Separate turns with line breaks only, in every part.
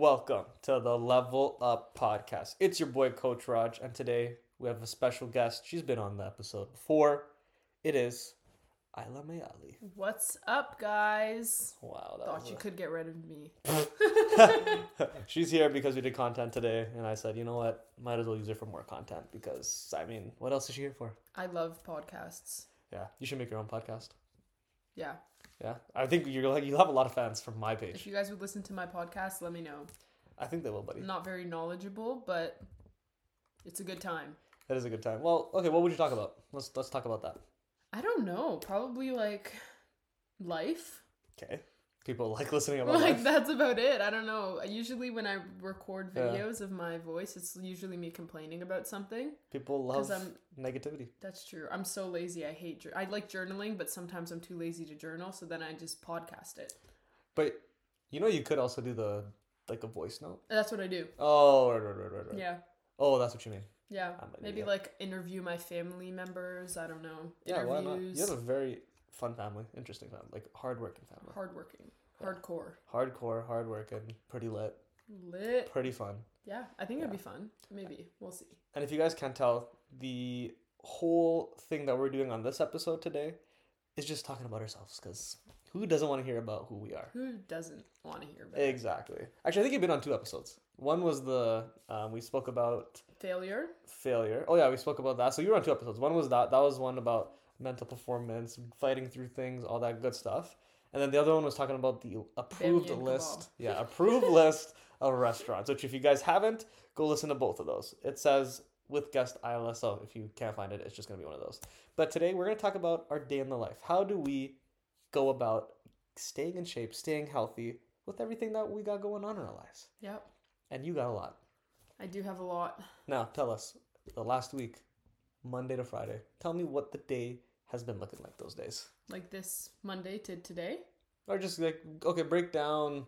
Welcome to the Level Up Podcast. It's your boy, Coach Raj, and today we have a special guest. She's been on the episode before. It is Isla Mayali.
What's up, guys?
Wow, that
Thought
was
you could get rid of me.
a- She's here because we did content today, and I said, you know what? Might as well use her for more content because, I mean, what else is she here for?
I love podcasts.
Yeah, you should make your own podcast.
Yeah.
Yeah, I think you're like you'll have a lot of fans from my
If
page.
you guys would listen to my podcast, let me know.
I think they will, buddy.
Not very knowledgeable, but it's a good time.
That is a good time. Well, okay, what would you talk about? Let's let's talk about that.
I don't know. Probably like life.
Okay, people like listening about
Like
life.
that's about it. I don't know. Usually when I record
Yeah.
videos of my voice, it's usually me complaining about something.
People
'Cause
love
I'm-
negativity.
That's true. I'm so lazy. I hate. Jour- I like journaling, but sometimes I'm too lazy to journal, so then I just podcast it.
But you know, you could also do the like a voice note.
That's what I do.
Oh, right, right, right, right, right.
Yeah.
Oh, that's what you mean.
Yeah,
I'm an
maybe
idiot.
like interview my family members. I don't know.
Yeah, why not?
interviews.
You have a very fun family, interesting family, like hardworking family,
Hardworking,
Yeah.
hardcore,
hardcore, hardworking, pretty lit,
lit.
pretty fun.
Yeah, I think it'd
Yeah.
be fun. Maybe we'll see.
And if you guys can't tell, the whole thing that we're doing on this episode today is just talking about ourselves because who doesn't want to hear about who we are?
Who doesn't want to hear about it?
Exactly. Actually, I think you've been on two episodes. One was the, um, we spoke about
failure?
failure. Oh, yeah, we spoke about that. So you were on two episodes. One was that, that was one about mental performance, fighting through things, all that good stuff. And then the other one was talking about the approved
Bamyan
list.
kebab.
Yeah, approved list of restaurants, which if you guys haven't, go listen to both of those. It says with guest Isla, so if you can't find it, it's just going to be one of those. But today we're going to talk about our day in the life. How do we go about staying in shape, staying healthy with everything that we got going on in our lives?
Yep,
And you got a lot.
I do have a lot.
Now tell us the last week, Monday to Friday. Tell me what the day has been looking like those days,
Like this Monday to today.
or just like okay, break down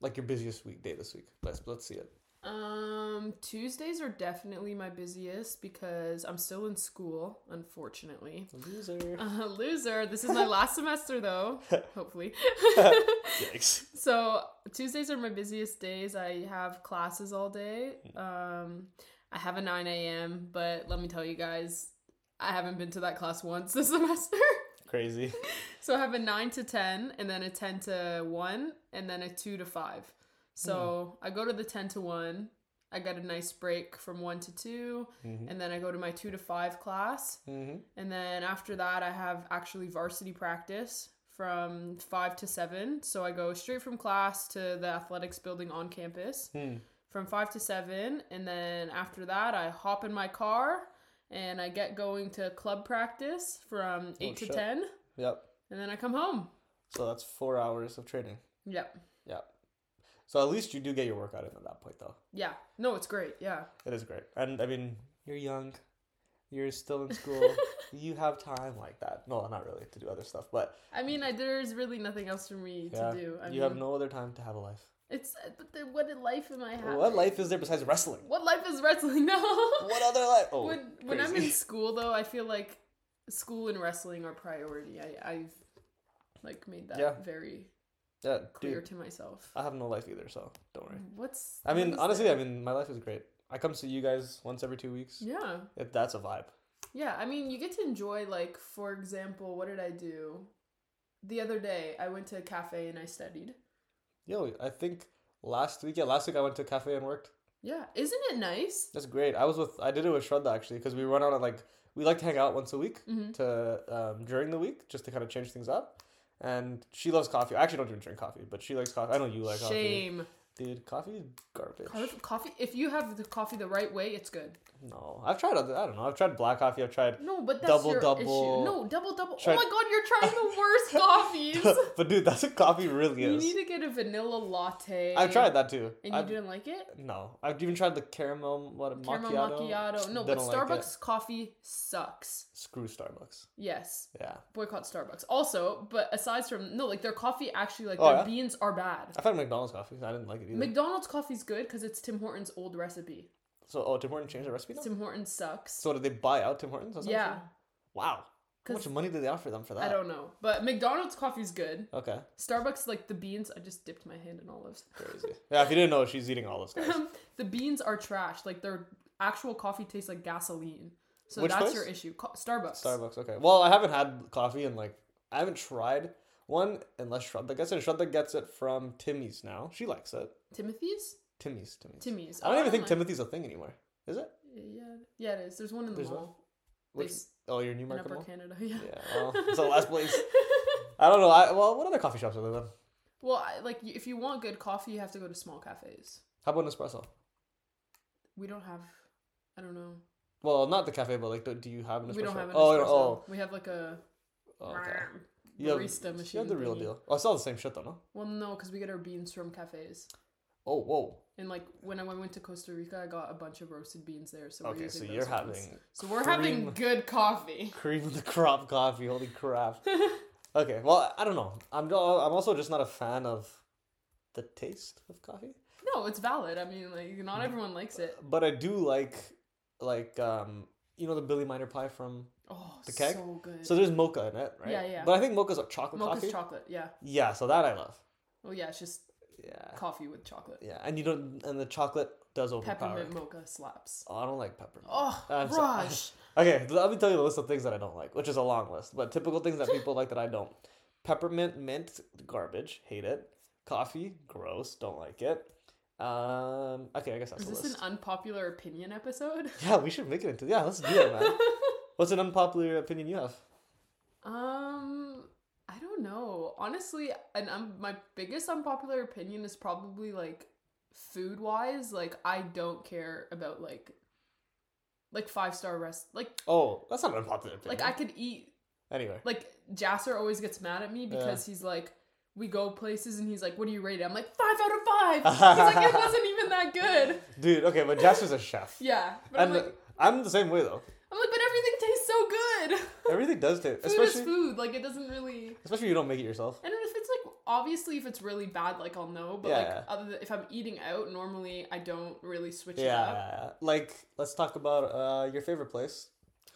like your busiest week day this week. Let's let's see it.
Um, Tuesdays are definitely my busiest because I'm still in school, unfortunately.
Loser.
Uh, loser. This is my last semester though, hopefully.
Yikes.
So Tuesdays are my busiest days. I have classes all day. Um, I have a 9 a.m., but let me tell you guys, I haven't been to that class once this semester.
Crazy.
so I have a 9 to 10, and then a 10 to 1, and then a 2 to 5. So I go to the 10 to 1. I got a nice break from 1 to 2,
Mhm.
and then I go to my 2 to 5 class.
Mm-hmm.
And then after that, I have actually varsity practice from 5 to 7. So I go straight from class to the athletics building on campus
Hmm.
from 5 to 7. And then after that, I hop in my car and I get going to club practice from 8 to
Oh, shit.
10.
Yep.
And then I come home.
So that's four hours of training.
Yep.
Yep. So at least you do get your workout in at that point, though.
Yeah. No, it's great. Yeah.
It is great, and I mean you're young, you're still in school, you have time like that. No, not really to do other stuff, but
I mean, I, there's really nothing else for me
Yeah.
to do. I
you
mean,
have no other time to have a life.
It's but then what life am I having?
What life is there besides wrestling?
What life is wrestling? No.
What other life? Oh,
when when I'm in
crazy.
school though, I feel like school and wrestling are priority. I, I've like made that
Yeah.
very
yeah,
clear
dude,
to myself.
I have no life either, so don't worry.
What's
I mean,
what is
honestly, I
that?
mean, my life is great. I come see you guys once every two weeks.
yeah,
It, that's a vibe.
yeah. I mean, you get to enjoy like, for example, what did I do? The other day, I went to a cafe and I studied.
Yo, I think last week, yeah, last week I went to a cafe and worked.
Yeah, isn't it nice?
That's great. I was with, I did it with Shraddha actually, because we run out of like, we like to hang out once a week
Mhm.
to um, during the week just to kind of change things up. And she loves coffee. I actually don't even drink coffee, but she likes coffee. I know you like
Shame.
coffee, dude. Coffee is garbage.
Coffee, coffee. If you have the coffee the right way, it's good.
No, I've tried other. I don't know. I've tried black coffee. I've tried
No, but that's
Double,
your
double.
issue. No, double double.
Try-
oh my god, you're trying the worst coffees.
but dude, that's what coffee really
You
is.
need to get a vanilla latte.
I've tried that too.
And you
I've,
didn't like it?
no, I've even tried the caramel what
Caramel
macchiato.
macchiato. No,
They
but
don't like it.
Starbucks coffee sucks.
Screw Starbucks.
Yes.
Yeah,
Boycott Starbucks. Also, but aside from no, like their coffee actually like
Oh,
their
yeah?
beans are bad.
I've had McDonald's coffee. I didn't like it either.
McDonald's coffee's good because it's Tim Hortons old recipe.
so oh, Tim Hortons changed the recipe now.
Tim Hortons sucks.
so did they buy out Tim Hortons?
yeah.
essentially? Wow. How much
'Cause-
money do they offer them for that?
I don't know. But McDonald's coffee's good.
Okay,
Starbucks, like the beans, I just dipped my hand in olives.
crazy. yeah, if you didn't know, she's eating olives, guys.
the beans are trash. Like their actual coffee tastes like gasoline. So
Which
that's
place?
your issue. Co- Starbucks.
Starbucks. Okay. Well, I haven't had coffee in like I haven't tried one unless Shraddha gets it. Shraddha gets it from Timmy's now. She likes it.
Timothy's?
Timmy's. Timmy's.
Timmy's.
I don't
Oh,
even think
like-
Timothy's a thing anymore. Is it?
Yeah, yeah, it is. There's one in the
There's one?
mall.
Which,
There's
oh, your
in
Newmarket
Upper
Mall.
Canada. Yeah.
Yeah. Well, it's the last place. I don't know. I, well, what other coffee shops are there then?
Well, I, like if you want good coffee, you have to go to small cafes.
How about Nespresso?
We don't have. I don't know.
Well, not the cafe, but like, do, do you have an Nespresso?
We don't have an
oh,
espresso.
oh,
We have like a
oh, okay. You have,
barista machine.
you have the real
thingy.
deal. Oh, it's all the same shit though, no?
Well, no, because we get our beans from cafes.
Oh, whoa.
And like when I went to Costa Rica, I got a bunch of roasted beans there. So we're
Okay, so
using
you're
those ones.
having
So we're having
cream-
good coffee.
cream of the crop coffee. Holy crap. okay, well, I don't know. I'm I'm also just not a fan of the taste of coffee,
No, it's valid. I mean, like
Mm-hmm.
not everyone likes it.
but I do like like um you know the Billy Miner pie from
Oh,
The keg?
so good.
so there's mocha in it, right?
Yeah, yeah.
But I think mocha's a chocolate
Mocha's
coffee.
chocolate. Yeah.
yeah, so that I love.
Oh yeah, it's just
Yeah,
coffee with chocolate.
yeah, and you don't and the chocolate does overpower.
Peppermint
it.
mocha slaps.
Oh, I don't like peppermint.
Oh,
I'm so-
Raj.
Okay, let me tell you the list of things that I don't like, which is a long list, but typical things that people like that I don't. Peppermint, mint, garbage, hate it. Coffee, gross, don't like it. Um, okay, I guess that's
Is
the
this
list.
an unpopular opinion episode?
Yeah, we should make it into yeah. Let's do it, man. What's an unpopular opinion you have?
um, I don't know. Honestly, and um, my biggest unpopular opinion is probably like food wise. Like I don't care about like like five star rest. Like
Oh, that's not an unpopular opinion.
like I could eat
anyway.
like Jasser always gets mad at me because he's like, we go places and he's like, what do you rate it? I'm like five out of five. He's like, it wasn't even that good.
Dude, okay, but Jasper's a chef.
Yeah, but I'm
and
like,
I'm the same way though.
I'm like, but everything tastes so good.
Everything does taste,
food is
especially
food. Like it doesn't really.
especially if you don't make it yourself.
And if it's like obviously if it's really bad, like I'll know. But
Yeah.
like other than, if I'm eating out, normally I don't really switch it up.
Yeah, like let's talk about uh your favorite place.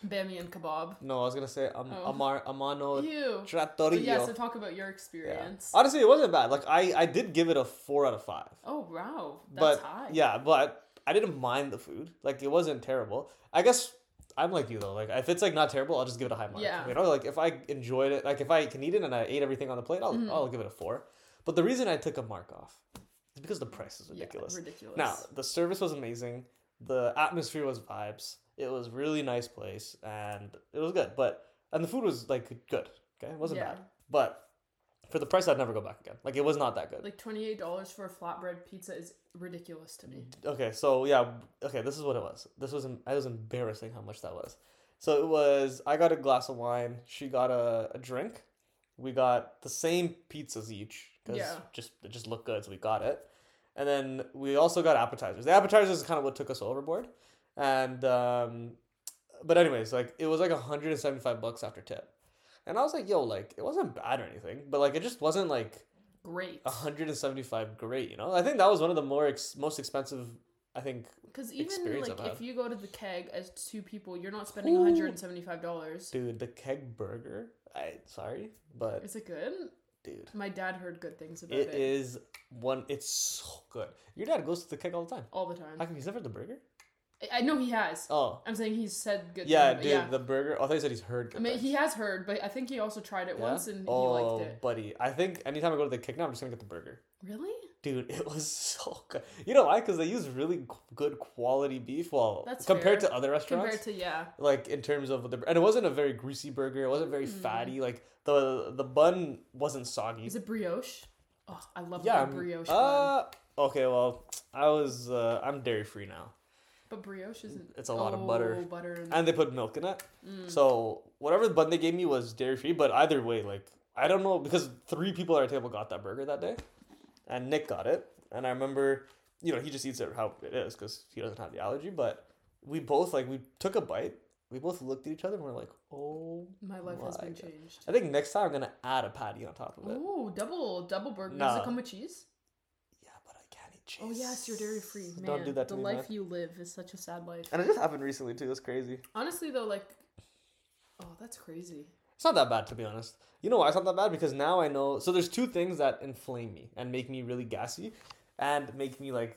Bami and kebab.
No, I was gonna say um,
Oh.
Amar Amano
Ew.
Trattoria.
But yeah, so talk about your
Yeah.
experience.
Honestly, it wasn't bad. Like I, I did give it a four out of five.
Oh wow, that's
but
high.
yeah, but I didn't mind the food. Like it wasn't terrible. I guess I'm like you though. Like if it's like not terrible, I'll just give it a high mark.
Yeah.
You know, like if I enjoyed it, like if I can eat it and I ate everything on the plate, I'll
Mhm.
I'll give it a four. But the reason I took a mark off is because the price is
Yeah,
ridiculous.
ridiculous.
Now, the service was amazing. The atmosphere was vibes. It was really nice place and it was good. But and the food was like good. Okay? It wasn't
Yeah.
bad. But for the price I'd never go back again. Like it was not that good.
Like twenty eight dollars for a flatbread pizza is ridiculous to me.
okay, so yeah, okay, this is what it was. This was em- it was embarrassing how much that was. So it was I got a glass of wine, she got a, a drink. We got the same pizzas each cuz
Yeah.
just it just looked good so we got it. And then we also got appetizers. The appetizers is kind of what took us overboard. And um but anyways, like it was like 175 bucks after tip. And I was like, yo, like it wasn't bad or anything, but like it just wasn't like
Great.
175 great you know i think that was one of the more ex- most expensive i think
Because even
experience
like
I've had.
if you go to the keg as two people, you're not spending
Ooh.
one hundred and seventy five dollars.
dude the keg burger i sorry but
Is it good?
dude
My dad heard good things about
it
it,
is one it's so good your dad goes to the keg all the time
all the
how
time.
come he's never at the burger
I, I know he has.
oh
I'm saying he's said good.
yeah
things,
dude
but yeah.
the burger oh, i thought you said he's heard
I
good
mean,
things.
he has heard, but I think he also tried it
Yeah?
once and he
oh
liked it.
buddy i think anytime i go to the keg now i'm just gonna get the burger
Really?
Dude, it was so good. You know why? Because they use really qu- good quality beef. Well,
That's
compared
fair.
to other restaurants,
Compared to yeah,
like in terms of the and it wasn't a very greasy burger it wasn't very fatty like the the bun wasn't soggy
Mm-hmm. is it brioche? Oh, I love
yeah
a
I'm-
good brioche bun.
uh okay well i was uh i'm dairy free now
But brioche isn't.
it's a lot of butter.
Oh, butter and,
and they put milk in it
Mm.
so whatever bun they gave me was dairy free but either way like i don't know because three people at our table got that burger that day and nick got it and i remember you know he just eats it how it is because he doesn't have the allergy but we both like we took a bite we both looked at each other and we're like oh
my life has
my
been
God.
changed.
I think next time I'm gonna add a patty on top of it.
Oh, double double burger. Does
Nah.
it come with cheese?
Yeah, but I can't eat cheese.
Oh yes, you're dairy free. Man,
Don't do that to
the
me,
life
man.
you live is such a sad life.
And it just happened recently too. That's crazy.
Honestly though, like, oh, that's crazy.
It's not that bad to be honest. You know why it's not that bad? Because now I know. So there's two things that inflame me and make me really gassy, and make me like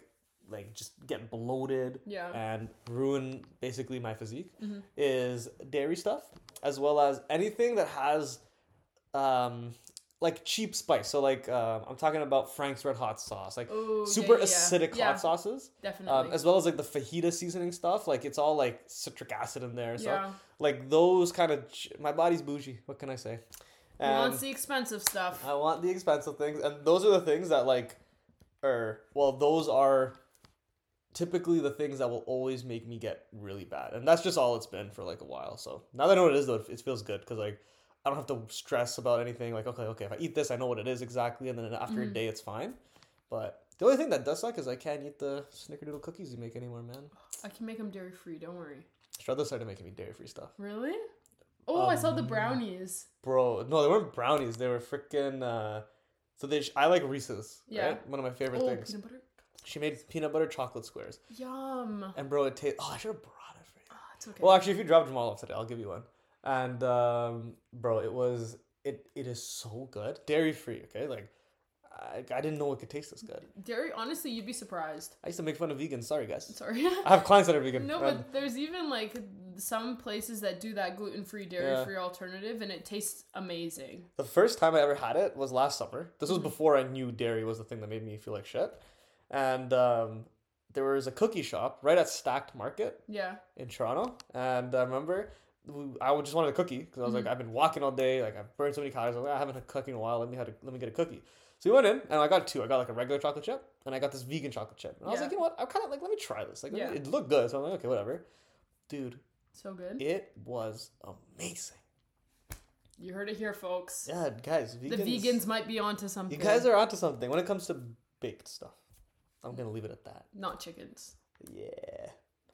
like just get bloated
Yeah.
and ruin basically my physique
Mhm.
is dairy stuff as well as anything that has um like cheap spice so like um i'm talking about frank's red hot sauce like
Oh, yeah,
super
yeah, yeah.
acidic
Yeah,
hot sauces
Definitely.
um, as well as like the fajita seasoning stuff like it's all like citric acid in there so
yeah.
like those kind of ch- my body's bougie what can i say
Who wants
And- Uh,
the expensive stuff?
I want the expensive things, and those are the things that like, are well, those are typically the things that will always make me get really bad, and that's just all it's been for like a while. So now that I know what it is, though, it- it feels good because like I don't have to stress about anything. Like okay, okay, if I eat this, I know what it is exactly, and then after a
Mhm.
day, it's fine. But the only thing that does suck is I can't eat the snickerdoodle cookies you make anymore, man.
I can make them dairy free. Don't worry.
Strudler started making me dairy free stuff,
Really? Oh, I saw the
Um,
brownies.
bro. No, they weren't brownies; they were freaking. Uh, so they, sh- I like Reese's.
Yeah.
right? one of my favorite
Oh,
things.
peanut butter.
She made peanut butter chocolate squares.
Yum.
And bro, it tastes. Oh, I should have brought it for you.
Ah, it's okay.
Well, actually, if you drop Jamal off today, I'll give you one. And um, bro, it was it. It is so good, dairy free. Okay, like I, I didn't know it could taste this good.
dairy. Honestly, you'd be surprised.
I used to make fun of vegans. Sorry, guys.
Sorry.
I have clients that are vegan.
no,
and
but there's even like some places that do that gluten free, dairy free alternative, and it tastes amazing.
the first time I ever had it was last summer. This
Hmm.
was before I knew dairy was the thing that made me feel like shit. And um, there was a cookie shop right at Stacked Market.
Yeah.
in Toronto, and I remember we- I would just wanted a cookie because I was
Mm.
like, I've been walking all day, like I've burned so many calories, I'm like, "Ah, I haven't had a cookie in a while. Let me had a, let me get a cookie. So we went in, and I got two. I got like a regular chocolate chip, and I got this vegan chocolate chip. And I was
Yeah.
like, you know what? I'm kind of like, let me try this. Like, let me-
Yeah.
it looked good, so I'm like, okay, whatever. Dude,
So good.
it was amazing.
You heard it here, folks.
Yeah, guys, vegans.
The vegans might be onto
You
something.
guys are onto something when it comes to baked stuff. I'm gonna leave it at that.
not chickens.
Yeah.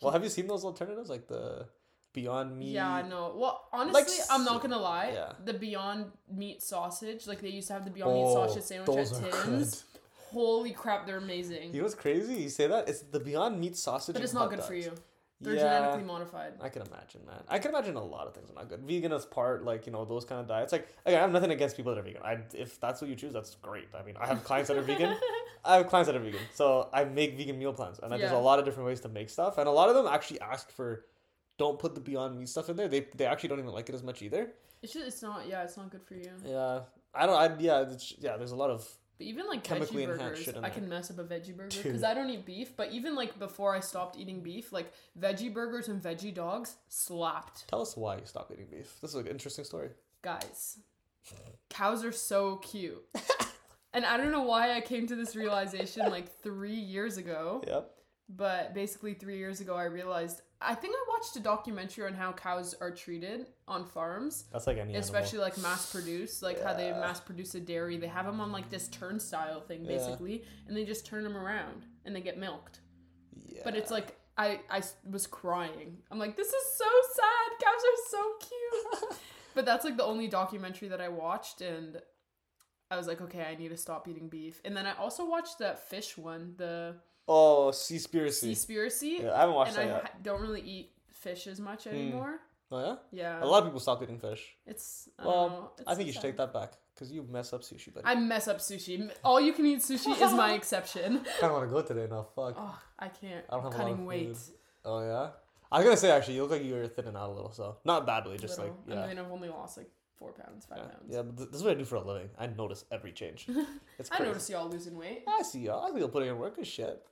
Well, have you seen those alternatives like the Beyond Meat?
Yeah, no. Well, honestly,
Like
I'm not gonna lie.
yeah.
The Beyond Meat sausage, like they used to have the Beyond Meat
Oh,
sausage sandwich
those
at
are
Tim's.
good.
Holy crap, they're amazing.
You know what's crazy? You say that it's the Beyond Meat sausage,
but
and
it's
hot
not good for
dogs.
you. They're
yeah,
genetically modified.
I can imagine, man. I can imagine a lot of things are not good. Vegan is part, like you know, those kind of diets. Like, again, I have nothing against people that are vegan. I, if that's what you choose, that's great. I mean, I have clients that are vegan. I have clients that are vegan, so I make vegan meal plans, and there's a
Yeah.
lot of different ways to make stuff, and a lot of them actually ask for. Don't put the Beyond Meat stuff in there. They, they actually don't even like it as much either.
It's just, it's not, yeah, it's not good for you.
Yeah, I don't. I yeah, it's, yeah. There's a lot of
But even like
Chemically
veggie
enhanced
burgers,
shit in
I
there.
can mess up a veggie burger
Dude.
because I don't eat beef. But even like before I stopped eating beef, like veggie burgers and veggie dogs slapped,
tell us why you stopped eating beef. This is an interesting story.
guys. Cows are so cute, and I don't know why I came to this realization like three years ago.
Yep.
But basically, three years ago, I realized I think I watched a documentary on how cows are treated on farms,
That's like any animal.
especially like mass produced, like how they
Yeah.
mass produce the dairy. They have them on like this turnstile thing
Yeah.
basically, and they just turn them around and they get milked.
Yeah.
But it's like I I s- was crying. I'm like, this is so sad. Cows are so cute. but that's like the only documentary that I watched, and I was like, okay, I need to stop eating beef. And then I also watched that fish one, the
oh, Seaspiracy.
Seaspiracy,
Yeah, I haven't watched
and
that
I
yet.
ha- don't really eat fish as much anymore.
Oh yeah,
Yeah,
a lot of people stopped eating fish.
it's Um, I don't know.
Well,
It's
I think you
so
should
sad.
take that back because you mess up sushi, buddy. I
I mess up sushi. All you can eat sushi is my exception.
kind of want to go today now. Fuck.
Oh, I can't.
I don't
I'm
have a lot
cutting
of
weight.
Oh yeah. I was gonna say actually, you look like you were thinning out a little, so not badly, just
Little.
like yeah.
I mean, I've only lost like four pounds, five
Yeah,
pounds.
yeah but th- this is what I do for a living. I notice every change. It's
I
crazy.
noticed y'all losing weight.
I see y'all. I think you'll put in your work and shit.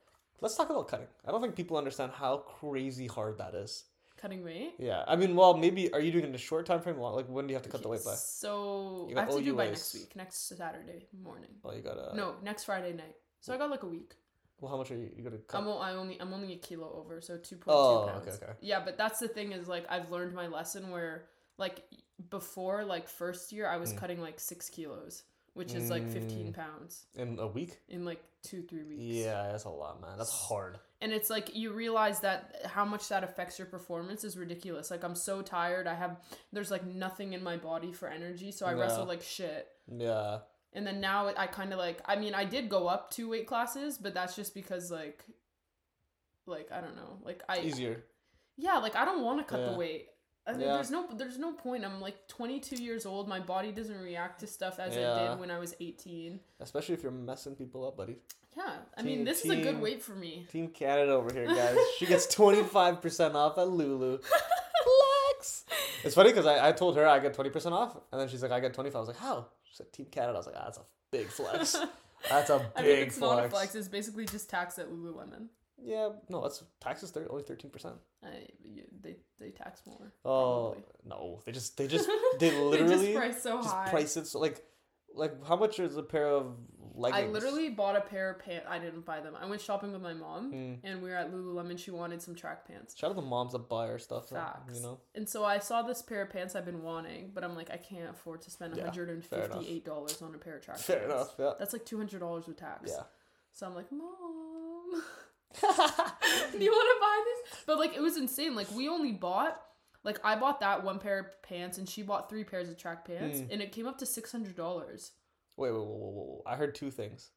Let's talk about cutting. I don't think people understand how crazy hard that is.
Cutting weight.
Yeah, I mean, well, maybe are you doing it in a short time frame? Long? Like when do you have to cut the weight by?
So
You
I
got
have to do it by
OUAs.
next week, next Saturday morning.
Oh, you gotta.
no, next Friday night. So I got like a week.
Well, how much are you, you gonna cut?
I'm o- I only I'm only a kilo over, so two point two
Oh,
pounds.
okay, okay.
Yeah, but that's the thing is like I've learned my lesson where like before like first year I was
Mm.
cutting like six kilos, which is like fifteen
Mm.
pounds
in a week?
in like two three weeks.
Yeah, that's a lot, man. That's hard.
and it's like you realize that how much that affects your performance is ridiculous. Like I'm so tired. I have there's like nothing in my body for energy, so I
Yeah.
wrestle like shit.
Yeah.
And then now I kind of like I mean I did go up two weight classes, but that's just because like like I don't know. Like I
Easier.
yeah, like I don't want to cut
Yeah.
the weight. I mean,
Yeah.
there's no there's no point. I'm like 22 years old. My body doesn't react to stuff as it
Yeah.
did when I was 18.
Especially if you're messing people up, buddy.
Yeah, I mean,
Teen-
this is a good
teen-
weight for me.
Team Canada over here, guys. She gets 25% off at Lulu. Flex. It's funny because I, I told her I get 20% off, and then she's like, I get 25. I was like, how? She said, Team Canada. I was like, ah, that's a big flex. That's a big
I mean, it's
flex.
not a flex. It's basically just tax at Lululemon.
Yeah, no, that's taxes. They're only 13%.
I, you, they they tax more.
Oh,
probably.
no. They just, they just, they literally
they
just,
just
price,
price so high.
it. So, like, like how much is a pair of leggings?
I literally bought a pair of pants. I didn't buy them. I went shopping with my mom,
Mm.
and we were at Lululemon. She wanted some track pants.
Shout out the moms that buy our stuff.
Facts.
You know?
And so I saw this pair of pants I've been wanting, but I'm like, I can't afford to spend
Yeah, fair enough.
$158 on a pair of track
Fair
pants.
enough. Yeah.
That's like $200 with tax.
Yeah.
So I'm like, Mom, do you want to buy this? But like, it was insane. Like, we only bought, like, I bought that one pair of pants, and she bought three pairs of track pants,
Mm.
and it came up to $600.
Wait, wait, whoa, whoa, whoa, whoa. I heard two things.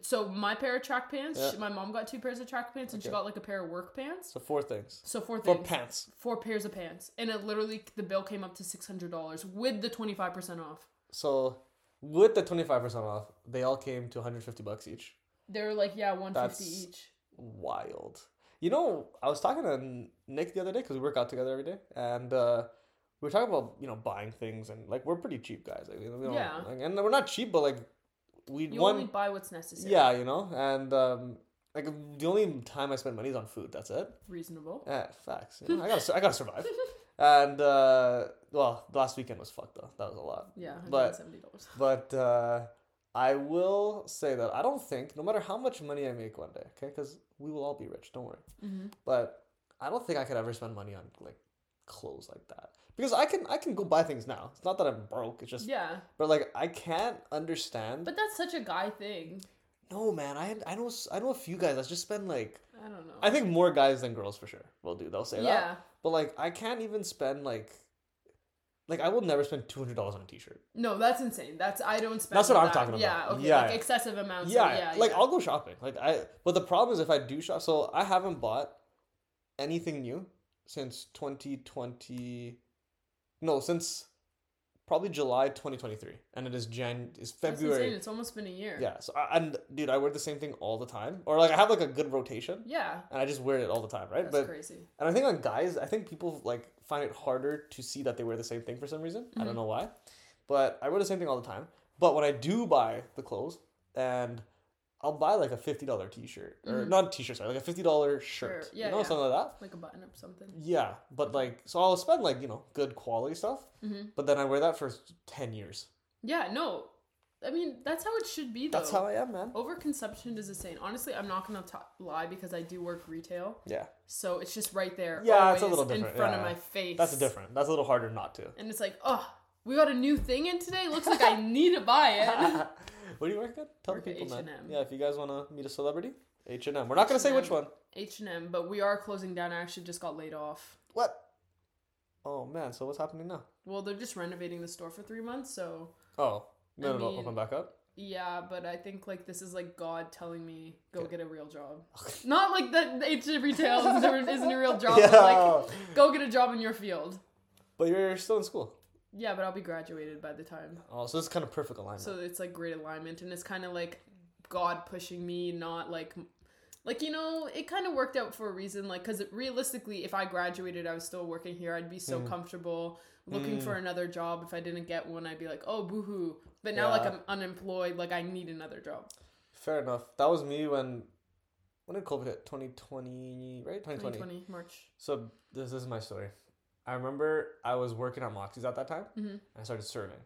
So my pair of track pants,
Yeah.
she- my mom got two pairs of track pants, and she
Okay.
got like a pair of work pants.
So four things.
So four
Four
things.
pants.
four pairs of pants, and it literally the bill came up to six hundred dollars with the twenty five percent off.
So with the twenty five percent off, they all came to one hundred fifty bucks each.
They were like, yeah, one fifty
That's-
each.
Wild. You know, I was talking to Nick the other day because we work out together every day, and uh, we were talking about you know buying things and like we're pretty cheap guys. Like, we don't,
Yeah.
like, and we're not cheap, but like we
You
one
only buy what's necessary.
yeah, you know, and um, like the only time I spend money is on food. That's it.
reasonable.
Uh, facts. You know, I gotta, su- I gotta survive. And uh, well, last weekend was fucked though. That was a lot.
Yeah, one
But-
hundred seventy dollars.
But uh, I will say that I don't think, no matter how much money I make one day, okay, because we will all be rich. Don't worry.
hmm
But I don't think I could ever spend money on like clothes like that because I can, I can go buy things now. It's not that I'm broke. It's just,
Yeah,
but like I can't understand.
but that's such a guy thing.
no, man, I, I know, s- I know a few guys that just spend like.
I don't know.
I think more guys than girls for sure will do. They'll say that.
yeah,
But like, I can't even spend like, like I will never spend two hundred dollars on a T-shirt.
no, that's insane. That's I don't spend.
That's what
on
I'm
that.
talking about.
Yeah, okay,
Yeah,
like
yeah.
excessive amounts.
Yeah,
Yeah, Oh, yeah,
like
yeah.
I'll go shopping. Like I, but the problem is if I do shop, so I haven't bought anything new since twenty twenty. No, since probably July twenty twenty three, and it is Jan is
That's insane.
February.
It's almost been a year.
Yeah, so I, and dude, I wear the same thing all the time, or like I have like a good rotation,
yeah,
and I just wear it all the time, right?
that's
but
crazy.
And I think on guys, I think people like find it harder to see that they wear the same thing for some reason. I don't know why, but I wear the same thing all the time. But when I do buy the clothes, and I'll buy like a fifty dollar t shirt or
Mhm.
not a t shirt, sorry, like a fifty dollar shirt,
Sure, yeah,
you know,
yeah.
something like that.
Like a button up something.
Yeah, but like, so I'll spend like you know good quality stuff,
hmm
but then I wear that for ten years.
Yeah, no, I mean that's how it should be. Though.
That's how I am,
Oh,
man.
Overconsumption is insane. Honestly, I'm not gonna t- lie because I do work retail,
Yeah,
so it's just right there.
Yeah, it's a
always
little different,
in front
yeah.
of my face.
that's different. That's a little harder not to.
And it's like, oh, we got a new thing in today. Looks like I need to buy it.
what do you work at? Tell the
Work at
people, man.
H&M.
Yeah, if you guys want to meet a celebrity, H and M. We're not gonna say which
H&M.
one.
H and M, but we are closing down. I actually just got laid off.
What? Oh man, so what's happening now?
Well, they're just renovating the store for three months, so
Oh. No,
I
no, no,
mean-
open back up.
yeah. But I think like this is like God telling me go
Okay.
get a real job. Not like that H and M retail isn't a- isn't a real job. But, like go get a job in your field.
but you're still in school.
Yeah, but I'll be graduated by the time.
Oh, so this is kind of perfect alignment.
So it's like great alignment, and it's kind of like God pushing me, not like, like you know, it kind of worked out for a reason. Like, because realistically, if I graduated, I was still working here, I'd be so
Mm.
comfortable looking
Mm.
for another job. If I didn't get one, I'd be like, oh boohoo. But now, like,
Yeah.
I'm unemployed. Like, I need another job.
Fair enough. That was me when when did COVID hit? Twenty twenty, right? Twenty twenty.
2020 March.
So this is my story. I remember I was working on Moxie's at that time,
Mhm.
and I started serving,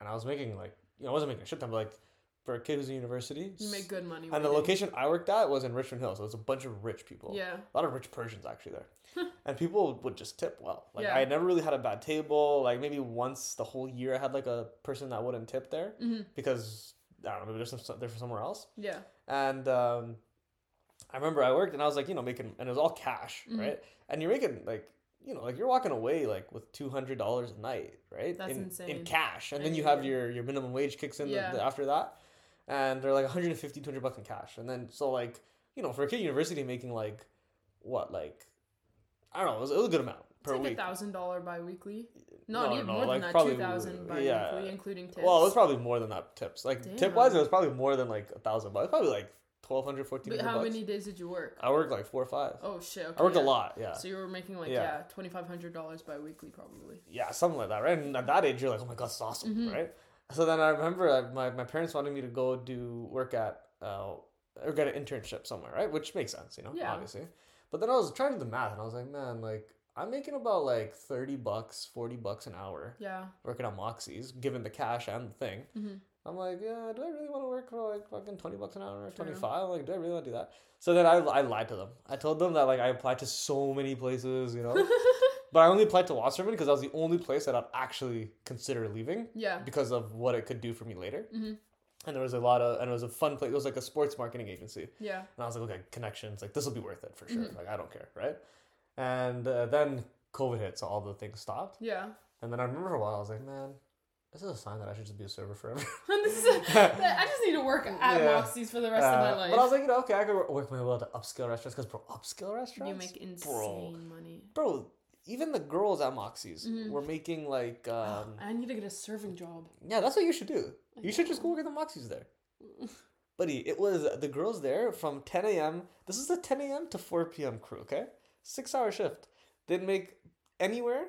and I was making like you know I wasn't making a shit ton, but like for a kid who's in university,
You make good money.
and the
waiting.
location I worked at was in Richmond Hill, so it was a bunch of rich people.
Yeah.
a lot of rich Persians actually there, and people would just tip well. Like
Yeah.
I never really had a bad table. Like maybe once the whole year I had like a person that wouldn't tip there
hmm
because I don't know maybe they're, some, they're from somewhere else.
Yeah.
And um, I remember I worked and I was like you know making and it was all cash
Mhm.
right, and you're making like you know like you're walking away like with two hundred dollars a night right
That's
in, in
insane.
cash, and then
I-
you have
yeah.
your your minimum wage kicks in the-
Yeah.
the, after that, and they're like 150 200 bucks in cash, and then so like you know for a kid in university making like what like I don't know, it was, it was a good amount.
It's
per
like a
week.
thousand dollar biweekly. No,
No,
even
no,
more
like,
than that.
probably-
Two thousand biweekly,
yeah.
including tips.
Well, it was probably more than that tips. Like
Damn.
tip wise, it was probably more than like a thousand bucks. Probably like 1200
but
1400
how
bucks.
many days did you work?
I worked like four or five.
Oh shit! Okay,
I worked a
yeah.
lot. Yeah.
So you were making like yeah,
Yeah.
twenty five hundred dollars biweekly probably.
yeah, something like that, right? And at that age, you're like, oh my god, this is awesome,
Mhm.
right? So then I remember I, my, my parents wanted me to go do work at uh, or get an internship somewhere, right? Which makes sense, you know,
Yeah.
obviously. But then I was trying to do the math, and I was like, man, like I'm making about like thirty bucks, forty bucks an hour
Yeah.
working on Moxie's, given the cash and the thing.
Mhm.
I'm like, yeah, do I really want to work for like fucking 20 bucks an hour or
True.
25? I'm like, do I really want to do that? So then I, I lied to them. I told them that like I applied to so many places, you know, but I only applied to Wasserman because that was the only place that I'd actually consider leaving
yeah.
because of what it could do for me later.
Mhm.
And there was a lot of, and it was a fun place. It was like a sports marketing agency.
Yeah.
And I was like, okay, connections, like this will be worth it for sure.
Mhm.
Like, I don't care, right? And uh, then COVID hit, so all the things stopped.
Yeah.
And then I remember for a while, I was like, man, this is a sign that I should just be a server forever.
This is- I just need to work at
Yeah.
Moxie's for the rest of my
Uh,
life.
But I was like, you know, okay, I could work my way up to upscale restaurants because, bro, upscale restaurants.
you make insane money.
Bro, even the girls at Moxie's
Mhm.
were making like, um,
I need to get a serving job.
yeah, that's what you should do.
I
You should just go
know.
work at the Moxie's there. Buddy, it was the girls there from 10 a.m. This is the 10 a.m. to 4 p.m. crew, okay? Six hour shift. They'd make anywhere,